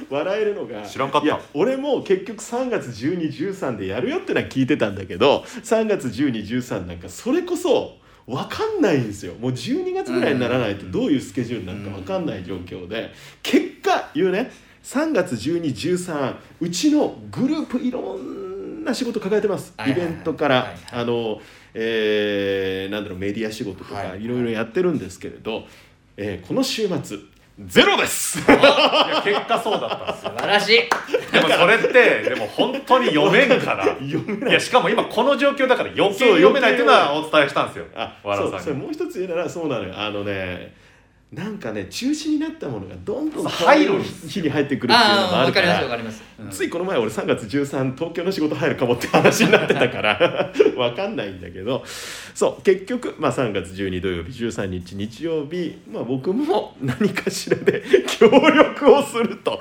S3: 笑えるのが
S2: 知らんかった
S3: いや俺も結局3月1213でやるよってのは聞いてたんだけど3月1213なんかそれこそ分かんないんですよもう12月ぐらいにならないとどういうスケジュールになるか分かんない状況で、結果言うね3月1213うちのグループいろんな仕事抱えてます、
S4: はいはいはい
S3: イベントから、
S4: はいはい
S3: あの、えーなんだろうメディア仕事とか
S4: はい
S3: いろいろやってるんですけれど、えーこの週末ゼロです
S2: いや結果そうだったんですよ
S4: 素晴らしい
S2: でもそれってでも本当に読めんから
S3: 読めない
S2: いやしかも今この状況だから余
S3: そう
S2: 計読めないっていうのはお伝えしたんですよ
S3: あ
S2: わ
S3: そう
S2: ら
S3: そ
S2: さ
S3: れ
S2: んに
S3: もう一つ言うならそうなのよあのねなんかね中止になったものがどんどん
S2: そう入るんですよ
S3: 日に入ってくるっていうの
S4: あ
S3: も
S4: あ
S3: あ
S4: わ
S3: るか
S4: かります
S3: ら
S4: わかります、うん
S3: ついこの前俺3月13東京の仕事入るかもって話になってたから わかんないんだけどそう結局、まあ、3月12土曜日13日日曜日、まあ、僕も何かしらで 協力をすると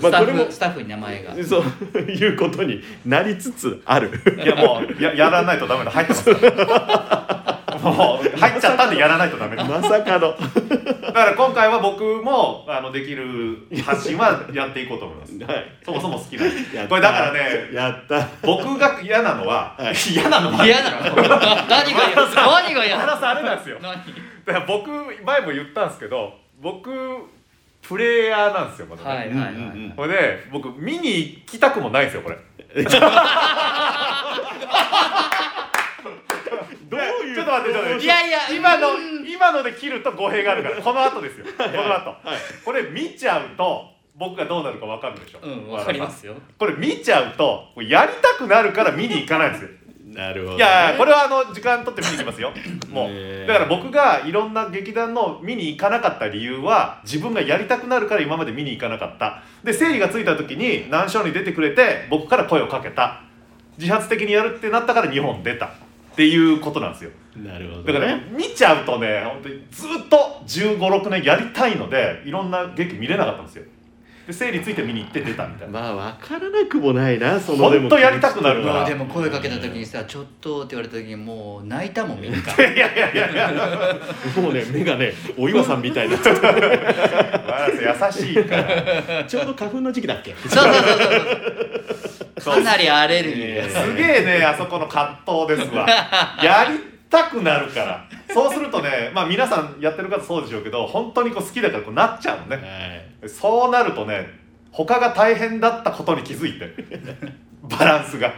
S3: ま
S4: スタ
S3: あこれ
S4: ッ
S3: も
S4: フスタッフに名前が
S3: そういうことになりつつある。
S2: いやもうややらないとダメだ入ってますからもう入っちゃったんでやらないとダメだ
S3: まさかの
S2: だから今回は僕もあのできる発信はやっていこうと思い ます
S3: はい
S2: そもそも好きなんで
S3: やった
S2: これだから ね
S3: やった
S2: 僕が嫌なのは、
S3: はい
S2: 嫌なのは
S4: 嫌なの何が嫌何が嫌
S2: 原さんあれなんですよだか
S4: 何
S2: ら僕前も言ったんですけど僕プレイヤーなんですよまだね、
S4: はいはいは
S3: う
S4: い、
S3: んうんうん
S2: これで僕見に行きたくもないんです よこれ
S3: どういう
S2: ちょっと待ってちょっと待って
S4: いやいや
S2: 今の
S4: うん
S2: 今ので切ると語弊があるからこの後ですよこの後これ見ちゃうと僕がどうなるか分かるでしょ
S4: うんわかりますよ
S2: これ見ちゃうとこれやりたくなるから見に行かないんですよ
S3: なるほどね、
S2: いやいやこれはあの時間取って見に行きますよも
S3: ね
S2: う
S3: え
S2: だから僕がいろんな劇団の見に行かなかった理由は自分がやりたくなるから今まで見に行かなかったで生理がついた時に難所に出てくれて僕から声をかけた自発的にやるってなったから日本出たっていうことなんですよ
S3: なるほど
S2: だから
S3: ね
S2: ね見ちゃうとね本当にずっと1 5六6年やりたいのでいろんな劇見れなかったんですよで生理ついて見に行って出たみたいな
S3: まあ分からなくもないなその
S2: ほんとやりたくなるわ
S4: もうでも声かけた時にさ「ちょっと」って言われた時にもう泣いたもんみんな
S2: いやいやいやいや
S3: もうね目がねお岩さんみ たいになっちゃっ
S2: わらせ優しいから
S3: たちょうど花粉の時期だっけ
S4: そうそうそうそう かなりアレルギー
S3: え
S4: です
S2: すげえねあそこの葛藤です わやりたくなるからそうするとねまあ皆さんやってる方そうでしょうけど本当にこう好きだからこうなっちゃうのね
S3: はい
S2: そうなるとね他が大変だったことに気づいて バランスが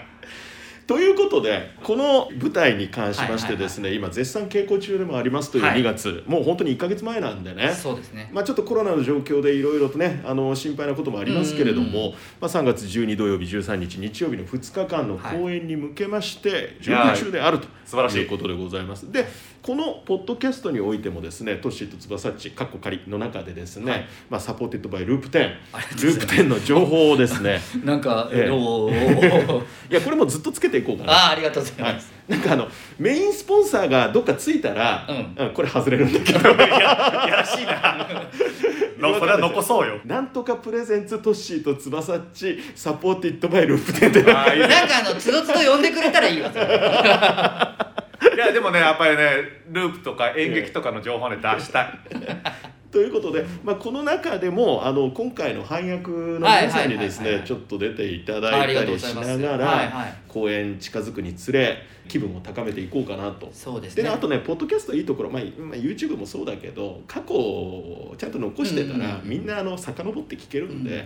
S3: ということでこの舞台に関しましてですね、今絶賛稽古中でもありますという
S4: はい
S3: 2月、もう本当に1か月前なんでね
S4: そうですね
S3: まあ、ちょっとコロナの状況でいろいろとねあの心配なこともありますけれども、まあ、3月12土曜日13日日曜日の2日間の公演に向けまして準備中であると
S2: 素晴らしい
S3: いうことでございます。でこのポッドキャストにおいてもですね「トッシーと翼っち」かっこ仮の中でですね、まあ、サポーテッドバイループ10ループ10の情報をですね
S4: なんか
S3: ええ
S4: おー
S3: いやこれもずっとつけていこうかな
S4: ああありがとうござい
S3: はい
S4: ます、、
S3: なんかあのメインスポンサーがどっかついたら、
S4: う
S3: うんこれ外れるんだけど
S2: いやらしい なのそれは残そうよ
S3: なんとかプレゼンツトッシーと翼っちサポーティッドバイループ10で
S2: ああいいね
S4: なんかあのつどつど呼んでくれたらいいわそれ
S2: いやでもねやっぱりねループとか演劇とかの情報ね出したい
S3: ということで、まあ、この中でもあの今回の配役の皆さんにです
S4: はいは
S3: ね
S4: いはいはい
S3: ちょっと出ていた
S4: あ
S3: だ
S4: り
S3: い
S4: が
S3: た
S4: とうご
S3: り
S4: ざい
S3: し
S4: ま
S3: な
S4: す
S3: が
S4: はいはい
S3: ら公演近づくにつれ気分を高めていこうかなと。
S4: そうです
S3: で
S4: ね
S3: ねあとねポッドキャストいいところ、まあまあ、YouTube もそうだけど過去をちゃんと残してたら、
S4: うん
S3: みんなあの遡って聞けるんで、
S4: うん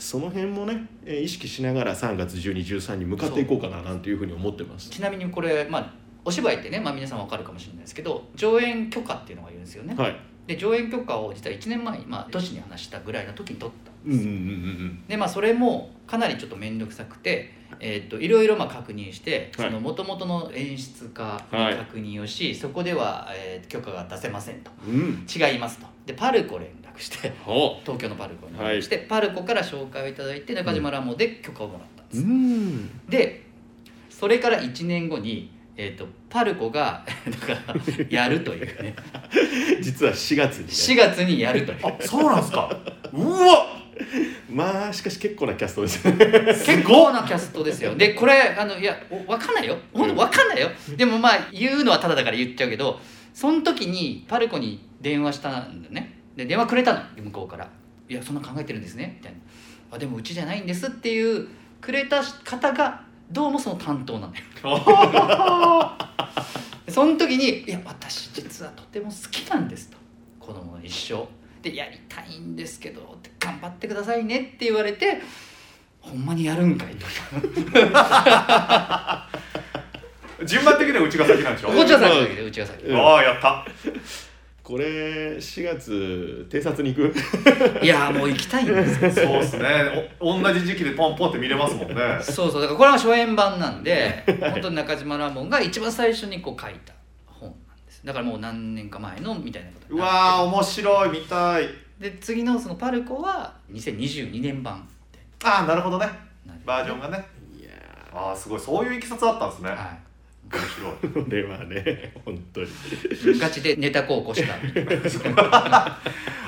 S3: その辺もねえー意識しながら3月1213に向かっていこうかななんていうふうに思ってます。
S4: ちなみにこれまあお芝居ってね、まあ、皆さんわかるかもしれないですけど上演許可っていうのがいるんですよね、
S3: はい、
S4: で上演許可を実は1年前に、まあ、都市に話したぐらいの時に取った
S3: うんうんうんうん
S4: でまあそれもかなりちょっと面倒くさくて、えー、といろいろまあ確認して
S3: はい
S4: もともとの演出家
S3: は
S4: に
S3: い
S4: 確認をし、そこでは、えー許可が出せませんと
S3: うんうん
S4: 違いますとでパルコ連絡して
S3: ほ
S4: 東京のパルコに連絡して、パルコから紹介をいただいて中島ラモで許可をもらったんで
S3: う
S4: す、
S3: ん
S4: でそれから1年後に、えー、とパルコが だからやるとい うね
S3: 実は4月に、ね、
S4: 4月にやるという
S2: あそうなんですかうわ
S3: まあしかし結構なキャストですね
S4: 結構なキャストですよでこれあのいやおわかんないよほんとわかんないよでもまあ言うのはただだから言っちゃうけどその時にパルコに電話したんだよねで電話くれたの向こうから「いやそんな考えてるんですね」みたいな「あでもうちじゃないんです」っていうくれた方がどうもその担当 なんだよでその時に「いや私実はとても好きなんです」と「子供の一生」で「やりたいんですけど」って「頑張ってくださいね」って言われて「ほんまにやるんかい」と
S2: 順番的にはうちが先なんでしょ
S4: こっちは先だけどうちは先
S3: うん
S2: ああやった
S3: これ4月偵察に行く
S4: いやもう行きたいんですよ
S2: そうですねお同じ時期でポンポンって見れますもんね
S4: そうそうだからこれは初演版なんで本当に中島ラモンが一番最初にこう書いた本なんですだからもう何年か前のみたいなこと
S2: う
S4: にな
S2: わー面白い見たい
S4: で次のそのパルコは2022年版って
S2: ああなるほどね
S4: なる
S2: バージョンがね
S3: いや
S2: ああすごいそういういきさつだったんですね面
S4: は
S2: 白い
S3: これはね本当に
S4: いガチでネタ高校したみたい な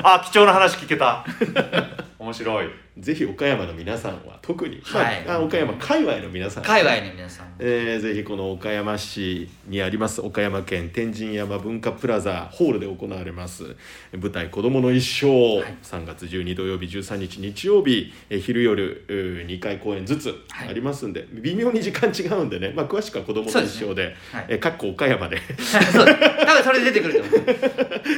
S2: あ貴重な話聞けた 面白い
S3: ぜひ岡山の皆さんは特に、まあ
S4: はい
S3: あ岡山界隈の皆さん
S4: 界隈の皆さんも
S3: えーぜひこの岡山市にあります岡山県天神山文化プラザホールで行われます舞台「子どもの一生」
S4: はい
S3: 3月12土曜日13日日曜日、えー昼夜うー2回公演ずつ
S4: はい
S3: ありますんで、微妙に時間違うんでね、まあ、詳しくは「子どもの一生で」
S4: はい
S3: えーかっこ岡山で
S4: そう多分それで出てくると思う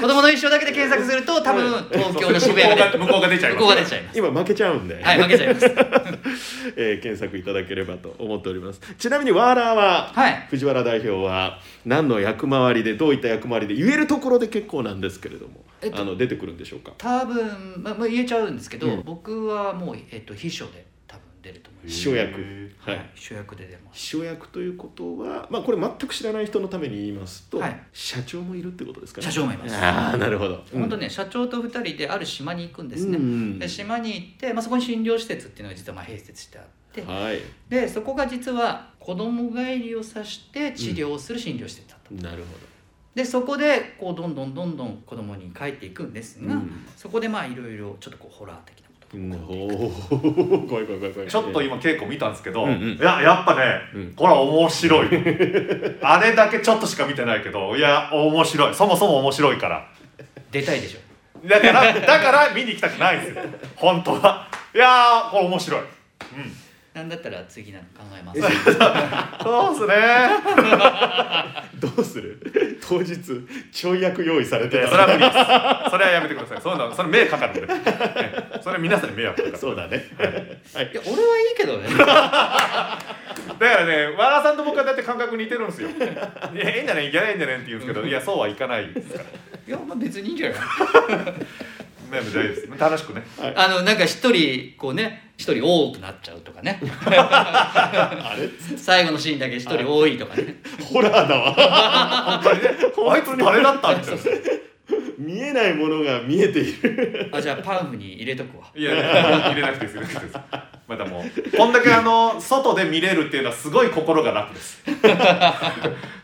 S4: 子供の一生だけで検索すると多分東京の渋谷 が出 て
S2: 向こうが出ちゃい
S4: 向
S2: ます
S4: こうが出ちゃいます
S3: 今負けちゃうんで、
S4: はい負けちゃいます
S3: えー検索いただければと思っておりますちなみにワーラーは、
S4: はい
S3: 藤原代表は何の役回りでどういった役回りで言えるところで結構なんですけれども、
S4: えっと
S3: あの出てくるんでしょうか
S4: 多分、まあ、まあ言えちゃうんですけど、
S3: うん
S4: 僕はもう、えっと秘書で多分出ると思いま
S3: 秘
S4: す
S3: 書役
S2: へ
S3: はい
S4: はい秘書役で出ま
S3: 秘
S4: す
S3: 書役ということは、まあ、これ全く知らない人のために言いますと、
S4: はい
S3: 社長もいるってことですかね
S4: 社長もいます
S3: ああなるほど
S4: 本当ね社長と2人である島に行くんですね、
S3: うんうん
S4: で島に行って、まあ、そこに診療施設っていうのが実はまあ併設してあって、
S3: はい
S4: でそこが実は子供帰りを指して治療する診療施設だった、
S3: なるほ
S4: でそこでこうどんどんどんどん子供に帰っていくんですが、
S3: うん
S4: そこでまあいろいろちょっとこうホラー的なこと
S3: ど
S4: が起こっていく
S3: おお怖い怖い怖い怖い
S2: ちょっと今稽古見たんですけど、
S3: うんうん
S2: いややっぱね、
S3: うん
S2: ほら面白いあれだけちょっとしか見てないけどいや面白いそもそも面白いから
S4: 出たいでしょ
S2: だからだから見に行きたくないですよ本当はいやーこれ面白い
S4: なんだったら次なんか考えます
S2: そうですね
S3: どうする 当日ちょい役用意され
S2: い
S3: て
S2: やそれは無理ですそれはやめてくださいそういうのそれ目かかるんで、ねそれは皆さんに迷惑かかる
S3: そうだね はい
S4: いや俺はいいけどね
S2: だからね和田さんと僕はだって感覚似てるんですよ「いやいいんじゃないいけないんじゃない」って言うんですけどいやそうはいかないですから
S4: いやまあ別にいいんじゃない
S2: ね大丈夫です楽しくね
S4: あのなんか一人こうね一人多くなっちゃうとかね
S3: あれ
S4: 最後のシーンだけ一人多いとかね
S3: ホラーだわ
S2: 本当にねあいつ誰だったみたいな
S3: 見えないものが見えている
S4: あじゃあパンフに入れとくわ
S2: いや入れなくていいです入れなくていいですまたもうこんだけあの外で見れるっていうのはすごい心が楽です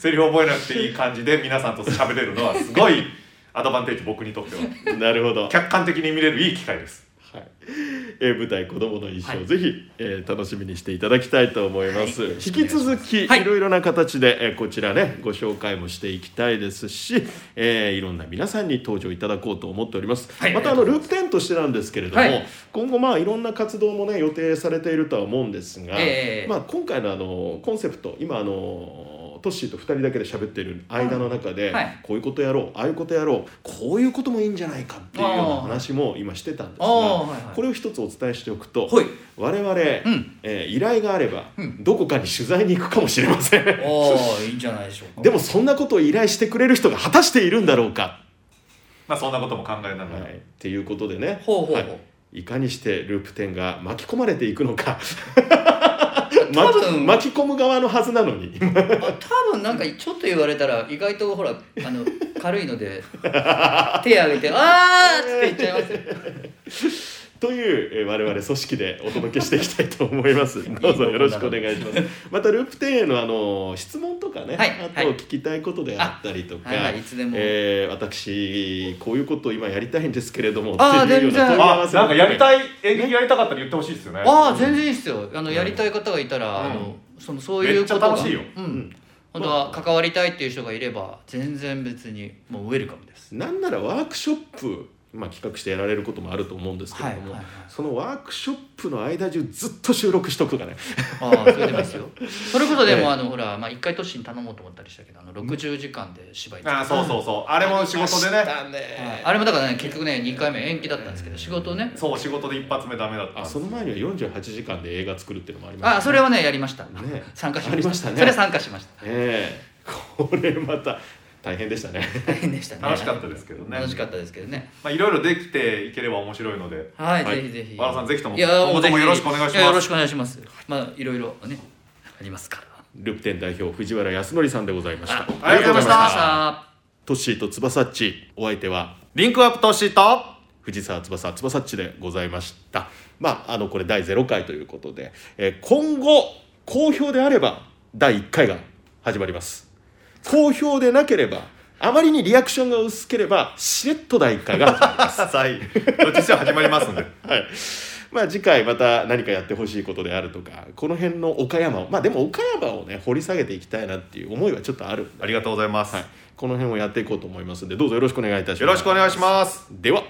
S2: セリフ覚えなくていい感じで皆さんと喋れるのはすごいアドバンテージ僕にとっては
S3: なるほど
S2: 客観的に見れるいい機会です
S3: はい、えー舞台「子どもの一生」
S4: はい
S3: ぜひ、えー楽しみにしていただきたいと思います、
S4: はい
S3: 引き続き、
S4: はい
S3: い、ろいろな形で、えーこちらねご紹介もしていきたいですし、えーいろんな皆さんに登場いただこうと思っております、
S4: はい
S3: またあのループ10としてなんですけれども、
S4: はい
S3: 今後まあいろんな活動もね予定されているとは思うんですが、
S4: ええ
S3: まあ、今回のあのコンセプト今あのトッシーと2人だけで喋ってる間の中で、
S4: はい
S3: こういうことやろうああいうことやろうこういうこともいいんじゃないかっていうような話も今してたんですが、
S4: ああはいはい
S3: これを一つお伝えしておくと、
S4: ほい
S3: 我々、
S4: ん
S3: えー依頼があれば、
S4: うん
S3: どこかに取材に行くかもしれません
S4: おーいいんじゃないでしょうか
S3: でもそんなことを依頼してくれる人が果たしているんだろうか
S2: まあそんなことも考えながら、
S3: はい、っていうことでね
S4: ほうほうほう、
S3: はいいかにしてループ10が巻き込まれていくのか巻
S4: 多
S3: き
S4: 分
S3: 巻き込む側のはずなのに
S4: あ多分なんかちょっと言われたら意外とほらあの軽い ので手挙げて「あー!」って言っちゃいますよ
S3: という、えー我々組織でお届けしていきたいと思い ます。どうぞよろしくお願いします。またループ10へのあの質問とかね、
S4: はい
S3: あと聞きたいことであったりとか、
S4: はいはいいつでも、
S3: えー私こういうことを今やりたいんですけれども
S4: あー
S3: っていうような
S4: 全然
S3: 問い合わ
S2: あ
S3: せも
S2: なんかやりたい演劇やりたかったら言ってほしいですよね
S4: ああ全然いいですよあのやりたい方がいたら、
S2: うん
S4: あのそのそういうことが
S2: めっちゃ楽しいよ
S4: うん
S3: ん
S4: 本当は関わりたいっていう人がいれば全然別にもうウェルカムです
S3: なんならワークショップ、まあ、企画してやられることもあると思うんですけれども、
S4: はいはいはい
S3: そのワークショップの間中ずっと収録しとくがね
S4: ああそれでもいいですよそれこそでも、
S3: ええ
S4: あのほら、まあ、一回都市に頼もうと思ったりしたけどあの60時間で芝居作る
S2: あそうそうそうあれも仕事でね
S4: はいあれもだからね結局ね2回目延期だったんですけど仕事をね
S2: そう仕事で一発目ダメだったん
S3: あ
S2: です
S3: その前には48時間で映画作るっていうのもあります
S4: あそれはねやりました、
S3: ね
S4: 参加し
S3: あ
S4: ま
S3: り
S4: した
S3: ましたね
S4: それ参加しました
S3: ええこれまた大変でしたね
S4: 大変でしたね
S2: 楽しかったですけどね
S4: 楽しかったですけどね
S2: まあいろいろできていければ面白いので
S4: はい、
S3: はい
S4: ぜひぜひ
S2: 和田さんぜひとも
S4: いや
S2: 今後ともよろしくお願いします
S4: やよろしくお願いしますまあいろいろねありますから
S3: ルプテン代表藤原康則さんでございました
S2: ありがとうございました
S4: ありがとうございました
S3: トッシーと翼っちお相手は
S2: リンクアップ投資と
S3: 藤沢翼翼っちでございましたまああのこれ第0回ということで、えー今後好評であれば第1回が始まります好評でなければあまりにリアクションが薄ければしれっと第1回が始まります
S2: はいどっちにしろ始まりますんで
S3: はい。まあ次回また何かやってほしいことであるとかこの辺の岡山をまあでも岡山をね掘り下げていきたいなっていう思いはちょっとあるんで
S2: ありがとうございます、
S3: はい、この辺をやっていこうと思いますんでどうぞよろしくお願いいたします
S2: よろしくお願いします
S3: では